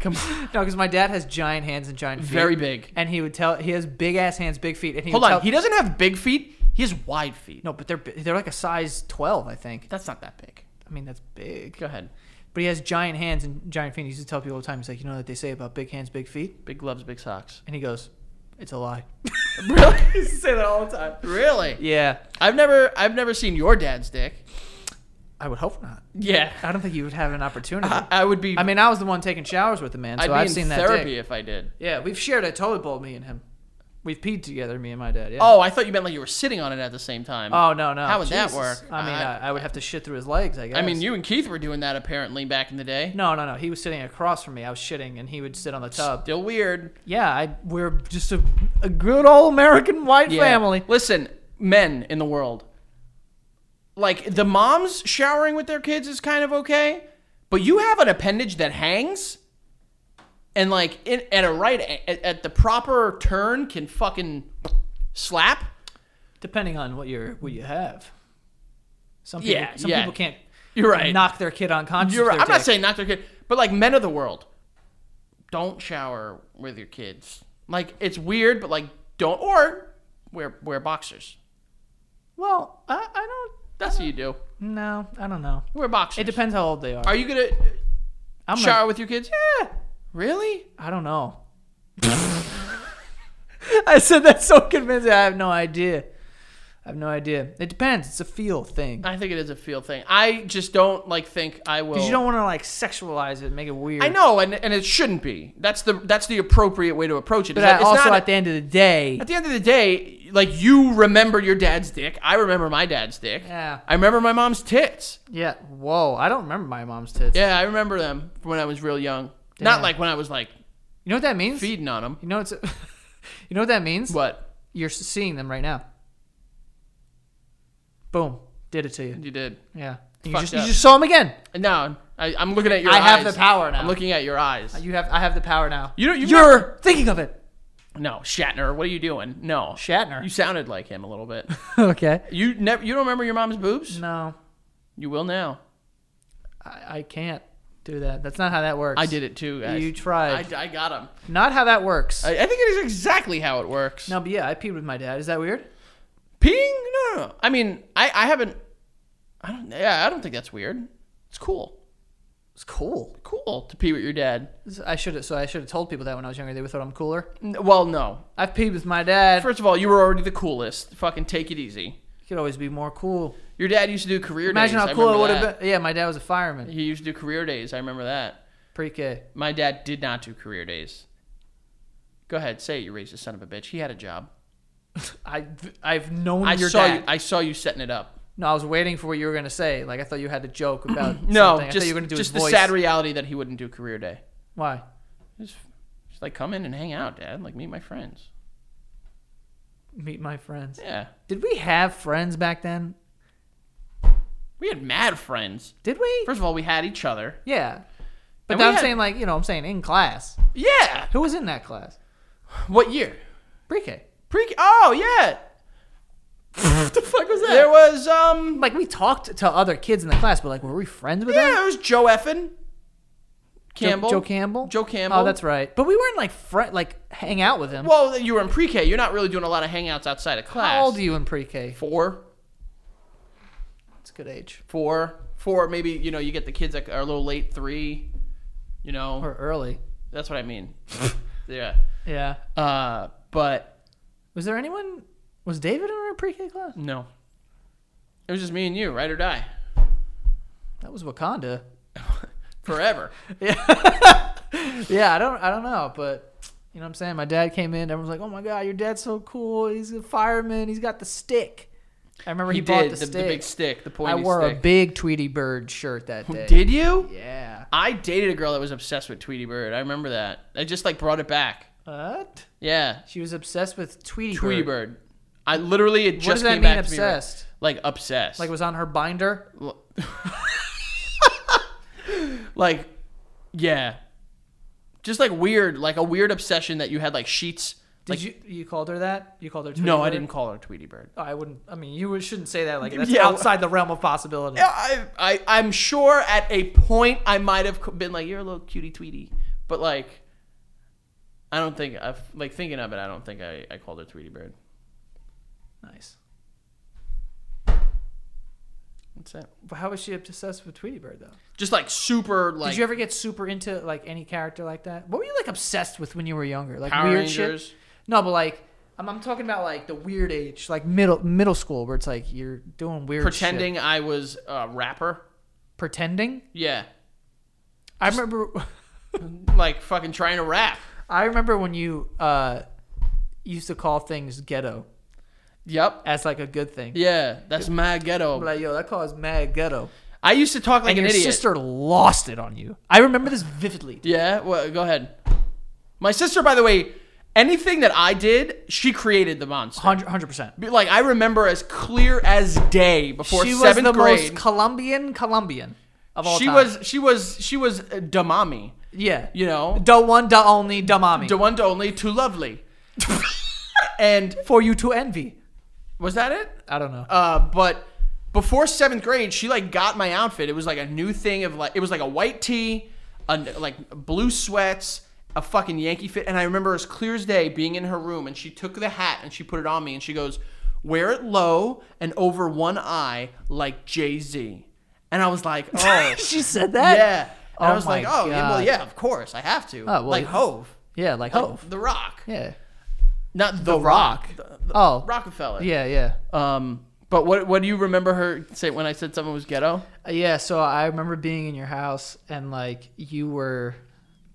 Speaker 2: Come on.
Speaker 1: No, because my dad has giant hands and giant feet.
Speaker 2: Very big.
Speaker 1: And he would tell he has big ass hands, big feet, and he
Speaker 2: Hold
Speaker 1: would
Speaker 2: on.
Speaker 1: tell-
Speaker 2: He doesn't have big feet. He has wide feet.
Speaker 1: No, but they're bi- they're like a size twelve, I think.
Speaker 2: That's not that big.
Speaker 1: I mean, that's big.
Speaker 2: Go ahead.
Speaker 1: But he has giant hands and giant feet. He used to tell people all the time, he's like, you know what they say about big hands, big feet?
Speaker 2: Big gloves, big socks.
Speaker 1: And he goes, it's a lie.
Speaker 2: Really?
Speaker 1: used to say that all the time.
Speaker 2: really?
Speaker 1: Yeah.
Speaker 2: I've never, I've never seen your dad's dick.
Speaker 1: I would hope not.
Speaker 2: Yeah.
Speaker 1: I don't think you would have an opportunity.
Speaker 2: I, I would be.
Speaker 1: I mean, I was the one taking showers with the man,
Speaker 2: I'd
Speaker 1: so
Speaker 2: be
Speaker 1: I've
Speaker 2: in
Speaker 1: seen that. dick.
Speaker 2: therapy if I did.
Speaker 1: Yeah, we've shared a toilet bowl, me and him. We've peed together, me and my dad. Yeah.
Speaker 2: Oh, I thought you meant like you were sitting on it at the same time.
Speaker 1: Oh, no, no.
Speaker 2: How would that
Speaker 1: Jesus.
Speaker 2: work?
Speaker 1: I mean,
Speaker 2: I-
Speaker 1: I, I would have to shit through his legs, I guess.
Speaker 2: I mean, you and Keith were doing that apparently back in the day.
Speaker 1: No, no, no. He was sitting across from me. I was shitting, and he would sit on the tub.
Speaker 2: Still weird.
Speaker 1: Yeah, I, we're just a, a good old American white
Speaker 2: Yeah.
Speaker 1: family.
Speaker 2: Listen, men in the world. Like the moms showering with their kids is kind of okay, but you have an appendage that hangs, and like in, at a right at, at the proper turn can fucking slap.
Speaker 1: Depending on what you what you have. Some people,
Speaker 2: Yeah,
Speaker 1: some
Speaker 2: yeah.
Speaker 1: people can't
Speaker 2: You're right.
Speaker 1: knock their kid unconscious.
Speaker 2: You're
Speaker 1: with
Speaker 2: right.
Speaker 1: their
Speaker 2: I'm not
Speaker 1: dick.
Speaker 2: saying not their kid, but like men of the world, don't shower with your kids. Like it's weird, but like don't or wear wear boxers.
Speaker 1: Well, I, I don't.
Speaker 2: That's what you do.
Speaker 1: No, I don't know.
Speaker 2: Wear boxers.
Speaker 1: It depends how old they are.
Speaker 2: Are you gonna
Speaker 1: I'm
Speaker 2: shower
Speaker 1: not,
Speaker 2: with your kids? Yeah. Really?
Speaker 1: I don't know. I said that so convincing. I have no idea. I have no idea. It depends. It's a feel thing.
Speaker 2: I think it is a feel thing. I just don't like think I will.
Speaker 1: Because you don't want to like sexualize it, make it weird.
Speaker 2: I know, and and it shouldn't be. That's the that's the appropriate way to approach it.
Speaker 1: But
Speaker 2: It's not-
Speaker 1: I-
Speaker 2: it's
Speaker 1: also,
Speaker 2: not-
Speaker 1: at the end of the day,
Speaker 2: At the end of the day, like you remember your dad's dick. I remember my dad's dick.
Speaker 1: Yeah.
Speaker 2: I remember my mom's tits.
Speaker 1: yeah. Whoa, I don't remember my mom's tits.
Speaker 2: Yeah, I remember them from when I was real young. Not
Speaker 1: Damn.
Speaker 2: like when I was like
Speaker 1: You know what that means?
Speaker 2: feeding on them.
Speaker 1: You know it's. you know what that means?
Speaker 2: What
Speaker 1: You're s- seeing them right now. Boom! Did it to you.
Speaker 2: you did?
Speaker 1: Yeah. You
Speaker 2: Fucked
Speaker 1: just,
Speaker 2: up.
Speaker 1: you just saw him again.
Speaker 2: No, I, I'm looking at your.
Speaker 1: I have
Speaker 2: eyes.
Speaker 1: the power now.
Speaker 2: I'm looking at your eyes.
Speaker 1: You have I have the power now.
Speaker 2: You don't. You
Speaker 1: You're thinking of it,
Speaker 2: no Shatner. What are you doing? No You
Speaker 1: Shatner.
Speaker 2: sounded like him a little bit.
Speaker 1: okay.
Speaker 2: You never. You don't remember your mom's boobs?
Speaker 1: No,
Speaker 2: You will now.
Speaker 1: I, I can't do that. That's not how that works.
Speaker 2: I did it too, guys.
Speaker 1: You tried.
Speaker 2: I, I got him.
Speaker 1: Not how that works.
Speaker 2: I, I think it is exactly how it works.
Speaker 1: no, but yeah, I peed with my dad. Is that weird?
Speaker 2: Peeing? No, no, no. I mean, I, I haven't. I don't. Yeah, I don't think that's weird. It's cool.
Speaker 1: It's cool.
Speaker 2: Cool to pee with your dad.
Speaker 1: I should have. So I should have told people that when I was younger. They would have thought I'm cooler.
Speaker 2: N- Well, no.
Speaker 1: I've peed with my dad.
Speaker 2: First of all, you were already the coolest. Fucking take it easy.
Speaker 1: Could always be more cool.
Speaker 2: Your dad used to do career
Speaker 1: Imagine
Speaker 2: days.
Speaker 1: how
Speaker 2: I
Speaker 1: cool it
Speaker 2: remember
Speaker 1: would
Speaker 2: that.
Speaker 1: have been. Yeah, my dad was a fireman.
Speaker 2: He used to do career days. I remember that.
Speaker 1: Pre-K.
Speaker 2: My dad did not do career days. Go ahead, say it, you racist son of a bitch. He had a job.
Speaker 1: I I've known
Speaker 2: I
Speaker 1: your
Speaker 2: saw
Speaker 1: dad.
Speaker 2: you. I saw you setting it up.
Speaker 1: no, I was waiting for what you were gonna say. Like I thought you had a joke about.
Speaker 2: No,
Speaker 1: something. I
Speaker 2: just,
Speaker 1: thought you were gonna do
Speaker 2: just
Speaker 1: his
Speaker 2: the
Speaker 1: voice.
Speaker 2: sad reality that he wouldn't do career day.
Speaker 1: Why?
Speaker 2: Just, just like come in and hang out, Dad. Like meet my friends.
Speaker 1: Meet my friends.
Speaker 2: Yeah,
Speaker 1: Did we have friends back then?
Speaker 2: we had mad friends.
Speaker 1: Did we?
Speaker 2: First of all, we had each other.
Speaker 1: Yeah. But
Speaker 2: And we
Speaker 1: now I'm
Speaker 2: had-
Speaker 1: saying like you know I'm saying in class.
Speaker 2: Yeah.
Speaker 1: Who was in that class?
Speaker 2: What year?
Speaker 1: Pre-K.
Speaker 2: Pre. Oh yeah.
Speaker 1: what the fuck was
Speaker 2: There was um.
Speaker 1: Like we talked to other kids in the class, but like were we friends with them?
Speaker 2: Yeah, it was Joe Effin.
Speaker 1: Joe-
Speaker 2: Campbell.
Speaker 1: Joe Campbell.
Speaker 2: Joe Campbell.
Speaker 1: Oh, that's right. But we weren't like fr- like hang out with him.
Speaker 2: Well, you were in pre-K. You're not really doing a lot of hangouts outside of class.
Speaker 1: How old are you in pre-K?
Speaker 2: Four,
Speaker 1: It's a good age.
Speaker 2: four, four. Maybe you know you get the kids that are a little late. Three. You know
Speaker 1: Or early.
Speaker 2: that's what I mean. yeah.
Speaker 1: Yeah.
Speaker 2: Uh, but
Speaker 1: Was there anyone? Was David in our pre-K class?
Speaker 2: no. It was just me and you, ride or die,
Speaker 1: That was Wakanda.
Speaker 2: forever.
Speaker 1: Yeah, I don't, I don't know, but you know what I'm saying. My dad came in. Everyone's like, "Oh my god, your dad's so cool. He's a fireman. He's got the stick." I remember he,
Speaker 2: he
Speaker 1: bought
Speaker 2: did
Speaker 1: the,
Speaker 2: the, the,
Speaker 1: stick.
Speaker 2: big stick, the
Speaker 1: I
Speaker 2: pointy
Speaker 1: wore
Speaker 2: stick.
Speaker 1: a big Tweety Bird shirt that day.
Speaker 2: Did you?
Speaker 1: Yeah.
Speaker 2: I dated a girl that was obsessed with Tweety Bird. I remember that. I just like brought it back.
Speaker 1: What?
Speaker 2: Yeah,
Speaker 1: She was obsessed with Tweety,
Speaker 2: Tweety
Speaker 1: Bird.
Speaker 2: Bird. I literally it
Speaker 1: What does
Speaker 2: just
Speaker 1: that
Speaker 2: came
Speaker 1: mean,
Speaker 2: back to me. right-
Speaker 1: obsessed?
Speaker 2: Like obsessed.
Speaker 1: Like it was on her binder.
Speaker 2: like yeah, just like weird, like a weird obsession that you had like sheets.
Speaker 1: Did
Speaker 2: like
Speaker 1: you you called her that? You called her? Tweety
Speaker 2: no,
Speaker 1: Bird?
Speaker 2: I didn't call her Tweety Bird.
Speaker 1: Oh, I wouldn't. I mean, you shouldn't say that. Like that's
Speaker 2: Yeah, well-
Speaker 1: outside the realm of possibility.
Speaker 2: I, I I'm sure at a point I might have been like you're a little cutie Tweety, but like I don't think I've like thinking of it. I don't think I, I called her Tweety Bird.
Speaker 1: Nice.
Speaker 2: That's it.
Speaker 1: But how was she obsessed with Tweety Bird though?
Speaker 2: Just like super like.
Speaker 1: Did you ever get super into like any character like that? What were you like obsessed with when you were younger? Like
Speaker 2: Power
Speaker 1: weird
Speaker 2: Rangers?
Speaker 1: shit. No, but like I'm, I'm talking about like the weird age, like middle middle school, where it's like you're doing weird, shit.
Speaker 2: Pretending I was a rapper.
Speaker 1: pretending.
Speaker 2: Yeah.
Speaker 1: I remember,
Speaker 2: Like fucking trying to rap.
Speaker 1: I remember when you uh, used to call things ghetto
Speaker 2: Yep.
Speaker 1: as like a good thing.
Speaker 2: Yeah, that's my ghetto.
Speaker 1: Like yo, that car is mad ghetto.
Speaker 2: I used to talk like
Speaker 1: and
Speaker 2: an
Speaker 1: your
Speaker 2: idiot.
Speaker 1: sister lost it on you. I remember this vividly.
Speaker 2: Yeah, well, go ahead. My sister, by the way, anything that I did, she created the monster.
Speaker 1: Hundred percent.
Speaker 2: Be- Like I remember as clear as day before
Speaker 1: She was
Speaker 2: seventh
Speaker 1: the
Speaker 2: grade.
Speaker 1: most Colombian Colombian of all
Speaker 2: she
Speaker 1: time.
Speaker 2: was she was she was uh, da mommy.
Speaker 1: yeah.
Speaker 2: You know,
Speaker 1: Da one, da only, da mommy.
Speaker 2: the one to only, too lovely. and
Speaker 1: for you to envy.
Speaker 2: was that it?
Speaker 1: I don't know.
Speaker 2: Uh, but before seventh grade, she like got my outfit. It was like a new thing of like it was like a white tee, a, like blue sweats, a fucking Yankee fit. And I remember as clear as day being in her room, and she took the hat and she put it on me, and she goes, "Wear it low and over one eye, like Jay Z." And I was like, "Oh,
Speaker 1: she said that.
Speaker 2: yeah." And
Speaker 1: Oh
Speaker 2: I was like,
Speaker 1: my
Speaker 2: "Oh, yeah, well,
Speaker 1: God. Oh,
Speaker 2: yeah, of course, I have to."
Speaker 1: well,
Speaker 2: like
Speaker 1: yeah.
Speaker 2: Hove,
Speaker 1: Yeah, like
Speaker 2: like
Speaker 1: oh,
Speaker 2: The Rock,
Speaker 1: yeah.
Speaker 2: not The, Rock, The- the
Speaker 1: Oh.
Speaker 2: Rockefeller,
Speaker 1: Yeah, yeah.
Speaker 2: um, but what what do you remember her say when I said something was ghetto?
Speaker 1: Uh, Yeah, so I remember being in your house and like you were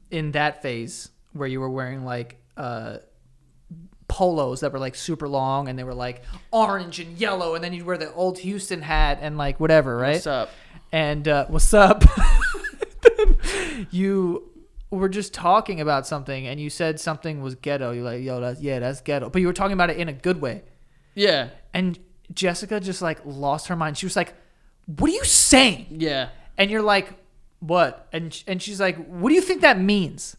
Speaker 1: in that phase where you were wearing like uh polos that were like super long and they were like orange and yellow and then you'd wear the old Houston hat and like whatever, right?
Speaker 2: What's up?
Speaker 1: and uh, what's up? you were just talking about something, and you said something was ghetto. You're like, "Yo, that's yeah, that's ghetto," but you were talking about it in a good way.
Speaker 2: Yeah,
Speaker 1: And Jessica just like lost her mind. She was like, "What are you saying?"
Speaker 2: yeah,
Speaker 1: And you're like, "What?" And sh- and she's like, "What do you think that means?"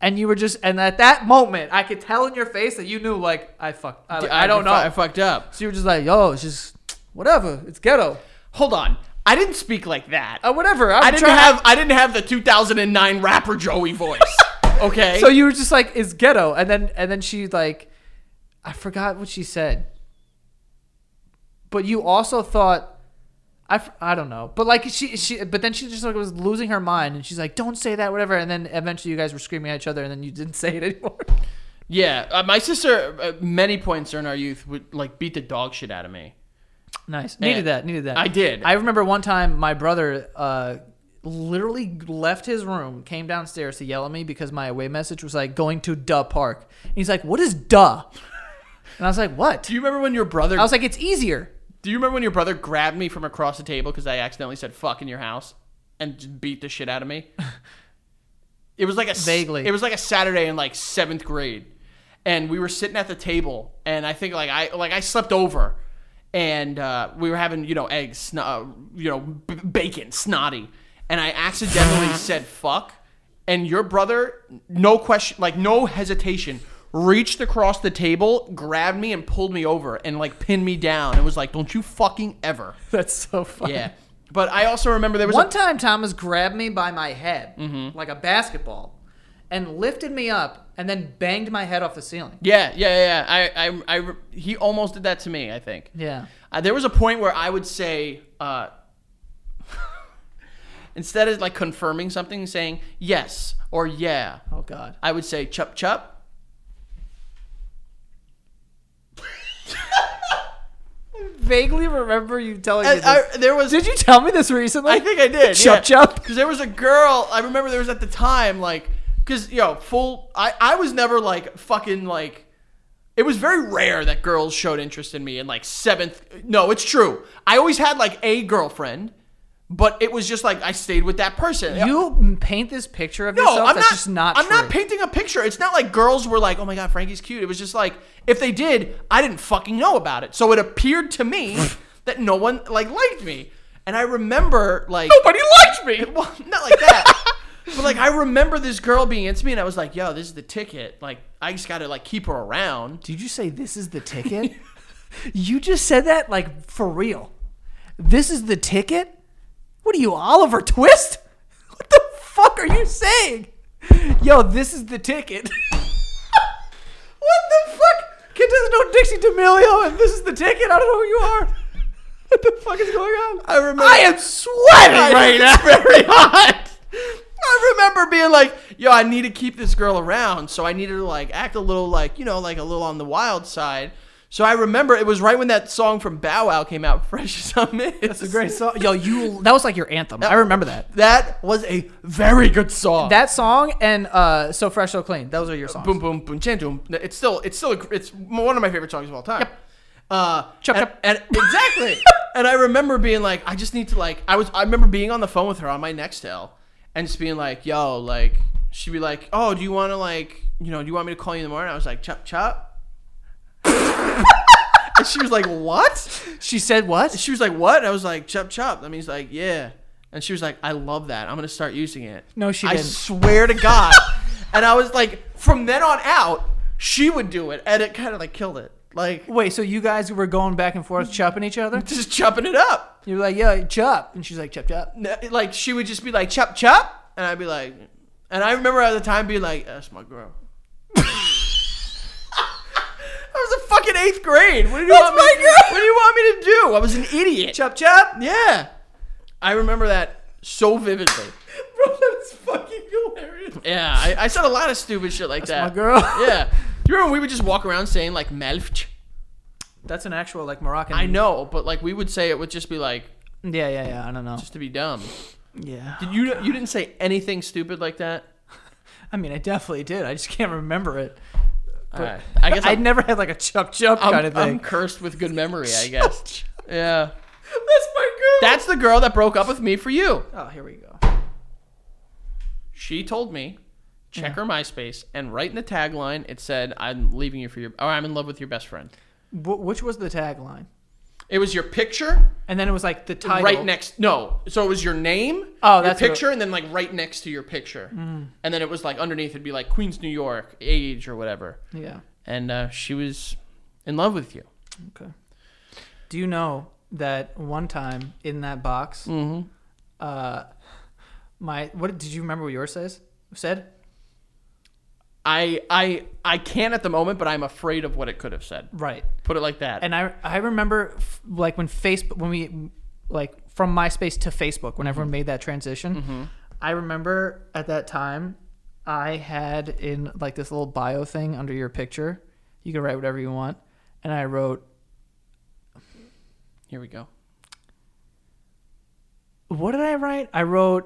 Speaker 1: And you were just, and at that moment, I could tell in your face that you knew, like, I fucked. I, like, I don't know.
Speaker 2: I fucked up.
Speaker 1: so you were just like, "Yo, it's just whatever. It's ghetto.
Speaker 2: Hold on, I didn't speak like that.
Speaker 1: Uh, whatever." I'm
Speaker 2: I didn't
Speaker 1: trying-
Speaker 2: have I didn't have the 2009 rapper Joey voice. Okay,
Speaker 1: So you were just like, "It's ghetto," and then and then she like, I forgot what she said. But you also thought, I, f- I don't know. But like she she but then she just like was losing her mind, and she's like, "Don't say that, whatever." And then eventually you guys were screaming at each other, and then you didn't say it anymore.
Speaker 2: yeah, uh, my sister at many points during our youth would like beat the dog shit out of me.
Speaker 1: nice. Needed
Speaker 2: Yeah.
Speaker 1: that. Needed that.
Speaker 2: I did.
Speaker 1: I remember one time my brother uh, literally left his room, came downstairs to yell at me because my away message was like going to Duh Park, and he's like, "What is Duh?" And I was like, "What?"
Speaker 2: do you remember when your brother?
Speaker 1: I was like, "It's easier."
Speaker 2: do you remember when your brother grabbed me from across the table because I accidentally said "fuck" in your house and just beat the shit out of me? It was like a s-
Speaker 1: Vaguely.
Speaker 2: It was like a Saturday in like seventh grade, and we were sitting at the table, and I think like I like I slept over, and uh, we were having you know eggs, sno- uh, you know b- bacon, snotty, and I accidentally said fuck, and your brother, no question, like no hesitation. Reached across the table, grabbed me, and pulled me over, and like pinned me down. It was like, "Don't you fucking ever!"
Speaker 1: That's so funny.
Speaker 2: Yeah, but I also remember there was
Speaker 1: One
Speaker 2: a,
Speaker 1: time, Thomas grabbed me by my head
Speaker 2: Mm-hmm.
Speaker 1: like a basketball and lifted me up and then banged my head off the ceiling.
Speaker 2: Yeah, yeah, yeah. yeah. I, I, I, he almost did that to me. I think.
Speaker 1: Yeah.
Speaker 2: Uh, there was a point where I would say, uh, instead of like confirming something, saying yes or yeah,
Speaker 1: Oh God.
Speaker 2: I would say chup chup.
Speaker 1: Vaguely remember you telling me
Speaker 2: And
Speaker 1: this.
Speaker 2: I, there was.
Speaker 1: did you tell me this recently?
Speaker 2: I think I did.
Speaker 1: Chup chup.
Speaker 2: Because there was a girl. I remember there was at the time like, because yo, full. I I was never like fucking like. It was very rare that girls showed interest in me in like seventh. No, it's true. I always had like a girlfriend, but it was just like I stayed with that person.
Speaker 1: You paint this picture of
Speaker 2: No,
Speaker 1: yourself
Speaker 2: I'm
Speaker 1: that's
Speaker 2: not.
Speaker 1: just not.
Speaker 2: I'm not
Speaker 1: true.
Speaker 2: painting a picture. It's not like girls were like, "Oh my god, Frankie's cute." It was just like if they did, I didn't fucking know about it. So it appeared to me that no one like liked me, and I remember like nobody liked me. Well, not like that. But like I remember this girl being into me, and I was like, "Yo, this is the ticket." Like I just gotta like keep her around.
Speaker 1: Did you say this is the ticket? you just said that like for real. This is the ticket? What are you, Oliver Twist? What the fuck are you saying? Yo, this is the ticket. what the fuck? Kid doesn't know Dixie D'Amelio and this is the ticket? I don't know who you are. What the fuck is going on?
Speaker 2: I remember.
Speaker 1: I am sweating right now.
Speaker 2: It's very hot. I remember being like, yo, I need to keep this girl around, so I needed to like act a little like you know like a little on the wild side. So I remember it was right when that song from Bow Wow came out, "Fresh as I Miss."
Speaker 1: It's
Speaker 2: That's
Speaker 1: a great song. Yo, you that was like your anthem. I remember that.
Speaker 2: That was a very good song.
Speaker 1: That song and uh, So Fresh So Clean. Those are your songs.
Speaker 2: boom boom boom chan doom. It's still it's still a, gr- it's one of my favorite songs of all time.
Speaker 1: Yep.
Speaker 2: Uh,
Speaker 1: Chop,
Speaker 2: and,
Speaker 1: chop.
Speaker 2: and- exactly. and I remember being like, I just need to like, I was I remember being on the phone with her on my Nextel, and just being like, yo, like she'd be like, oh, do you want to like, you know, do you want me to call you in the morning? I was like, chop chop. and she was like, what?
Speaker 1: She said what?
Speaker 2: She was like, what? And I was like, chop chop. That means like, yeah. And she was like, I love that. I'm gonna start using it.
Speaker 1: No, she
Speaker 2: I
Speaker 1: didn't.
Speaker 2: swear to God. and I was like, from then on out, she would do it, and it kind of like killed it. Like
Speaker 1: Wait, so you guys were going back and
Speaker 2: Mm-hmm.
Speaker 1: forth chopping each other?
Speaker 2: just chopping it up.
Speaker 1: You were like, yo, chop. And she's like, chop, chop.
Speaker 2: No, Like she would just be like, chop chop, and I'd be like, and I remember at the time being like, that's my girl. I was a fucking eighth grade. What do you want me? What do you want me to do? I was an idiot.
Speaker 1: Chop, chop.
Speaker 2: Yeah. I remember that so vividly.
Speaker 1: Bro, that is fucking hilarious.
Speaker 2: Yeah, I, I said a lot of stupid shit like that.
Speaker 1: My girl.
Speaker 2: Yeah. You remember we would just walk around saying like melch?
Speaker 1: That's an actual, like, Moroccan.
Speaker 2: I know, but like we would say it would just be like
Speaker 1: Yeah, yeah, yeah. I don't know.
Speaker 2: just to be dumb.
Speaker 1: Yeah.
Speaker 2: Did you you didn't say anything stupid like that?
Speaker 1: I mean, I definitely did. I just can't remember it.
Speaker 2: All right. I guess
Speaker 1: I
Speaker 2: I'm,
Speaker 1: never had, like, a chop, chop
Speaker 2: I'm,
Speaker 1: kind of
Speaker 2: I'm
Speaker 1: thing.
Speaker 2: cursed with good memory, I guess. Yeah.
Speaker 1: That's my girl.
Speaker 2: That's the girl that broke up with me for you.
Speaker 1: oh, here we go.
Speaker 2: She told me check her MySpace and right in the tagline it said I'm leaving you for your or I'm in love with your best friend.
Speaker 1: Wh- which was the tagline?
Speaker 2: It was your picture
Speaker 1: And then it was, like, the title.
Speaker 2: right next no so it was your name
Speaker 1: Oh,
Speaker 2: your
Speaker 1: that's what it- Hmm.
Speaker 2: picture and then like right next to your picture and then it was like underneath it'd be like queens new york age or whatever
Speaker 1: Yeah.
Speaker 2: and uh, she was in love with you
Speaker 1: Okay. Do you know that one time in that box, uh, my what did you remember what yours says said?
Speaker 2: i i i can at the moment but i'm afraid of what it could have said
Speaker 1: Right.
Speaker 2: put it like that
Speaker 1: And I I remember f- like when Facebook when we like from MySpace to Facebook when everyone made that transition. I remember at that time I had in like this little bio thing under your picture, you can write whatever you want, and I wrote
Speaker 2: here we go
Speaker 1: what did I write? I wrote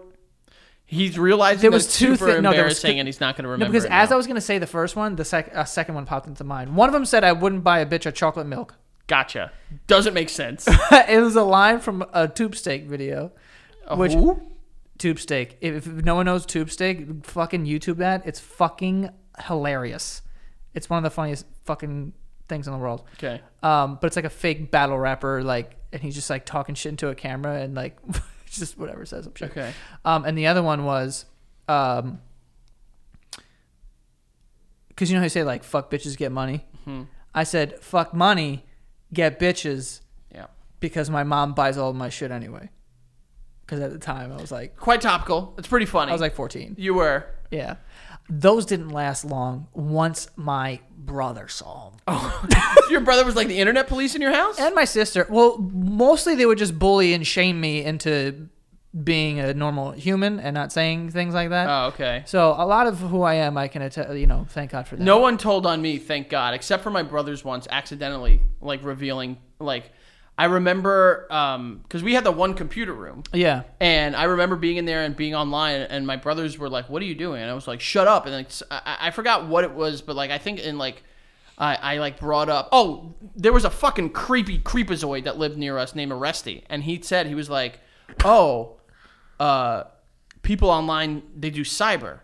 Speaker 2: he's realizing
Speaker 1: There
Speaker 2: that
Speaker 1: was
Speaker 2: it's
Speaker 1: two
Speaker 2: super
Speaker 1: thi- no, there was
Speaker 2: embarrassing
Speaker 1: two-
Speaker 2: and he's not going to
Speaker 1: No,
Speaker 2: remember
Speaker 1: because
Speaker 2: it
Speaker 1: as I
Speaker 2: now.
Speaker 1: was gonna say the first one, the sec- uh, second one popped into mind. One of them said, "I wouldn't buy a bitch a chocolate milk."
Speaker 2: gotcha doesn't make sense
Speaker 1: it was a line from a tube steak video. Which
Speaker 2: Oh, who?
Speaker 1: tube steak? If, if no one knows tube steak, fucking YouTube that. It's fucking hilarious. It's one of the funniest fucking things in the world.
Speaker 2: okay
Speaker 1: Um, but it's like a fake battle rapper, like, and he's just like talking shit into a camera and like, just whatever says. I'm sure.
Speaker 2: okay
Speaker 1: Um, and the other one was, um, because you know how you say like "fuck bitches, get money." I said "fuck money, get bitches"
Speaker 2: yeah
Speaker 1: because my mom buys all of my shit anyway. Because at the time I was like,
Speaker 2: quite topical it's pretty funny
Speaker 1: I was like 14.
Speaker 2: you were
Speaker 1: Yeah, those didn't last long. Once my brother saw 'em.
Speaker 2: your brother was like the internet police in your house
Speaker 1: and my sister. Well, mostly they would just bully and shame me into being a normal human and not saying things like that.
Speaker 2: oh okay
Speaker 1: So a lot of who I am, I can attest. You know, thank God for that.
Speaker 2: No one told on me, thank God, except for my brothers once, accidentally, like revealing, like, I remember, um, because we had the one computer room,
Speaker 1: Yeah.
Speaker 2: and I remember being in there and being online, and my brothers were like, "What are you doing?" And I was like, "Shut up!" And like, s- I, I forgot what it was, but like, I think in like. I, I like brought up. Oh, there was a fucking creepy creepazoid that lived near us named Arresty, and he said he was like, "Oh, uh, people online they do cyber,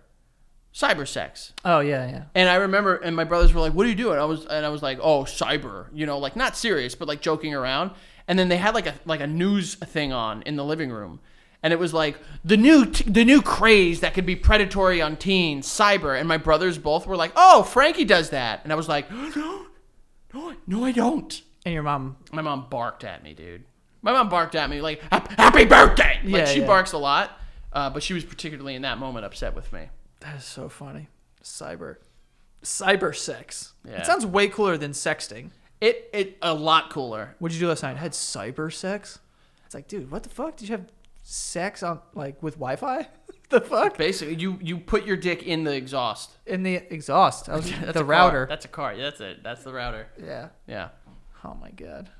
Speaker 2: cyber sex."
Speaker 1: Oh yeah, yeah.
Speaker 2: And I remember, and my brothers were like, "What are you doing?" I was, and I was like, "Oh, cyber," you know, like not serious, but like joking around. And then they had like a like a news thing on in the living room, and it was like the new t- the new craze that could be predatory on teens, cyber. And my brothers both were like, "Oh, Frankie does that," and I was like, "No, no, no, I don't."
Speaker 1: And your mom.
Speaker 2: My mom barked at me, dude. My mom barked at me like, "Hap- "Happy birthday!" Like
Speaker 1: Yeah,
Speaker 2: she
Speaker 1: yeah.
Speaker 2: barks a lot, uh, but she was particularly in that moment upset with me.
Speaker 1: That is so funny. Cyber, cyber sex.
Speaker 2: Yeah.
Speaker 1: It sounds way cooler than sexting.
Speaker 2: It it a lot cooler.
Speaker 1: What'd you do last night? I had cyber sex. It's like, dude, what the fuck? Did you have sex on like with Wi-Fi? the fuck?
Speaker 2: Basically, you you put your dick in the exhaust.
Speaker 1: In the exhaust, I was,
Speaker 2: That's
Speaker 1: the
Speaker 2: a car.
Speaker 1: router.
Speaker 2: That's a car. Yeah, that's it. That's the router.
Speaker 1: Yeah.
Speaker 2: Yeah.
Speaker 1: Oh my god.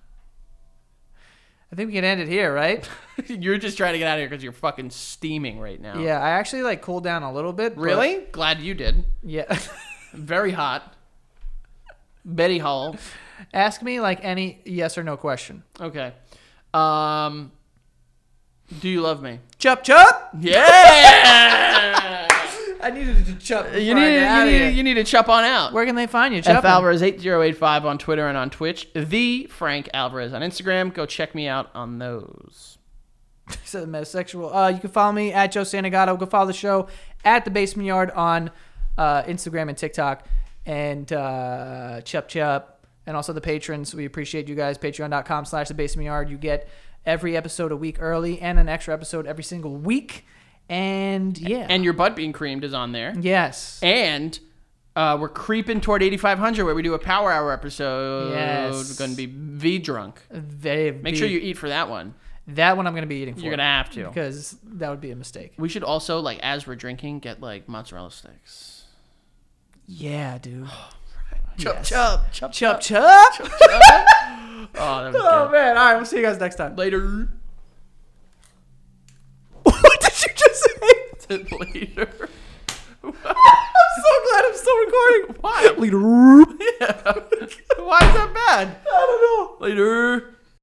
Speaker 1: I think we can end it here, right?
Speaker 2: you're just trying to get out of here because you're fucking steaming right now.
Speaker 1: Yeah, I actually like cooled down a little bit. but-
Speaker 2: Really? Glad you did.
Speaker 1: yeah.
Speaker 2: Very hot. Betty Hall.
Speaker 1: Ask me like any yes or no question.
Speaker 2: Okay. Um. Do you love me?
Speaker 1: Chup chup.
Speaker 2: Yeah.
Speaker 1: I needed to chup.
Speaker 2: you need you need you need to chop on out.
Speaker 1: Where can they find you,
Speaker 2: F
Speaker 1: Chup?
Speaker 2: Alvarez eight zero eight five on Twitter and on Twitch. The Frank Alvarez on Instagram. Go check me out on those.
Speaker 1: said metasexual. Uh, you can follow me at Joe Santagato. Go follow the show at the Basement Yard on uh, Instagram and TikTok, and uh, Chup Chup, and also the patrons. We appreciate you guys. Patreon.com/slash The Basement Yard. You get every episode a week early and an extra episode every single week. And yeah,
Speaker 2: And your butt being creamed is on there.
Speaker 1: yes,
Speaker 2: And uh, we're creeping toward 8,500 where we do a power hour episode.
Speaker 1: Yes.
Speaker 2: We're going to be V drunk.
Speaker 1: They-
Speaker 2: Make sure you eat for that one.
Speaker 1: that one I'm gonna be eating. For
Speaker 2: You're going to have to.
Speaker 1: because that would be a mistake.
Speaker 2: We should also, like, as we're drinking, get, like, mozzarella sticks.
Speaker 1: Yeah, dude.
Speaker 2: Chop,
Speaker 1: Yes.
Speaker 2: chop, chop,
Speaker 1: Chup Chup.
Speaker 2: Oh, that was
Speaker 1: Oh
Speaker 2: good.
Speaker 1: man! All right, we'll see you guys next time.
Speaker 2: Later.
Speaker 1: what did you just say?
Speaker 2: Later.
Speaker 1: I'm so glad I'm still recording.
Speaker 2: Why?
Speaker 1: Later.
Speaker 2: Why is that bad?
Speaker 1: I don't know.
Speaker 2: Later.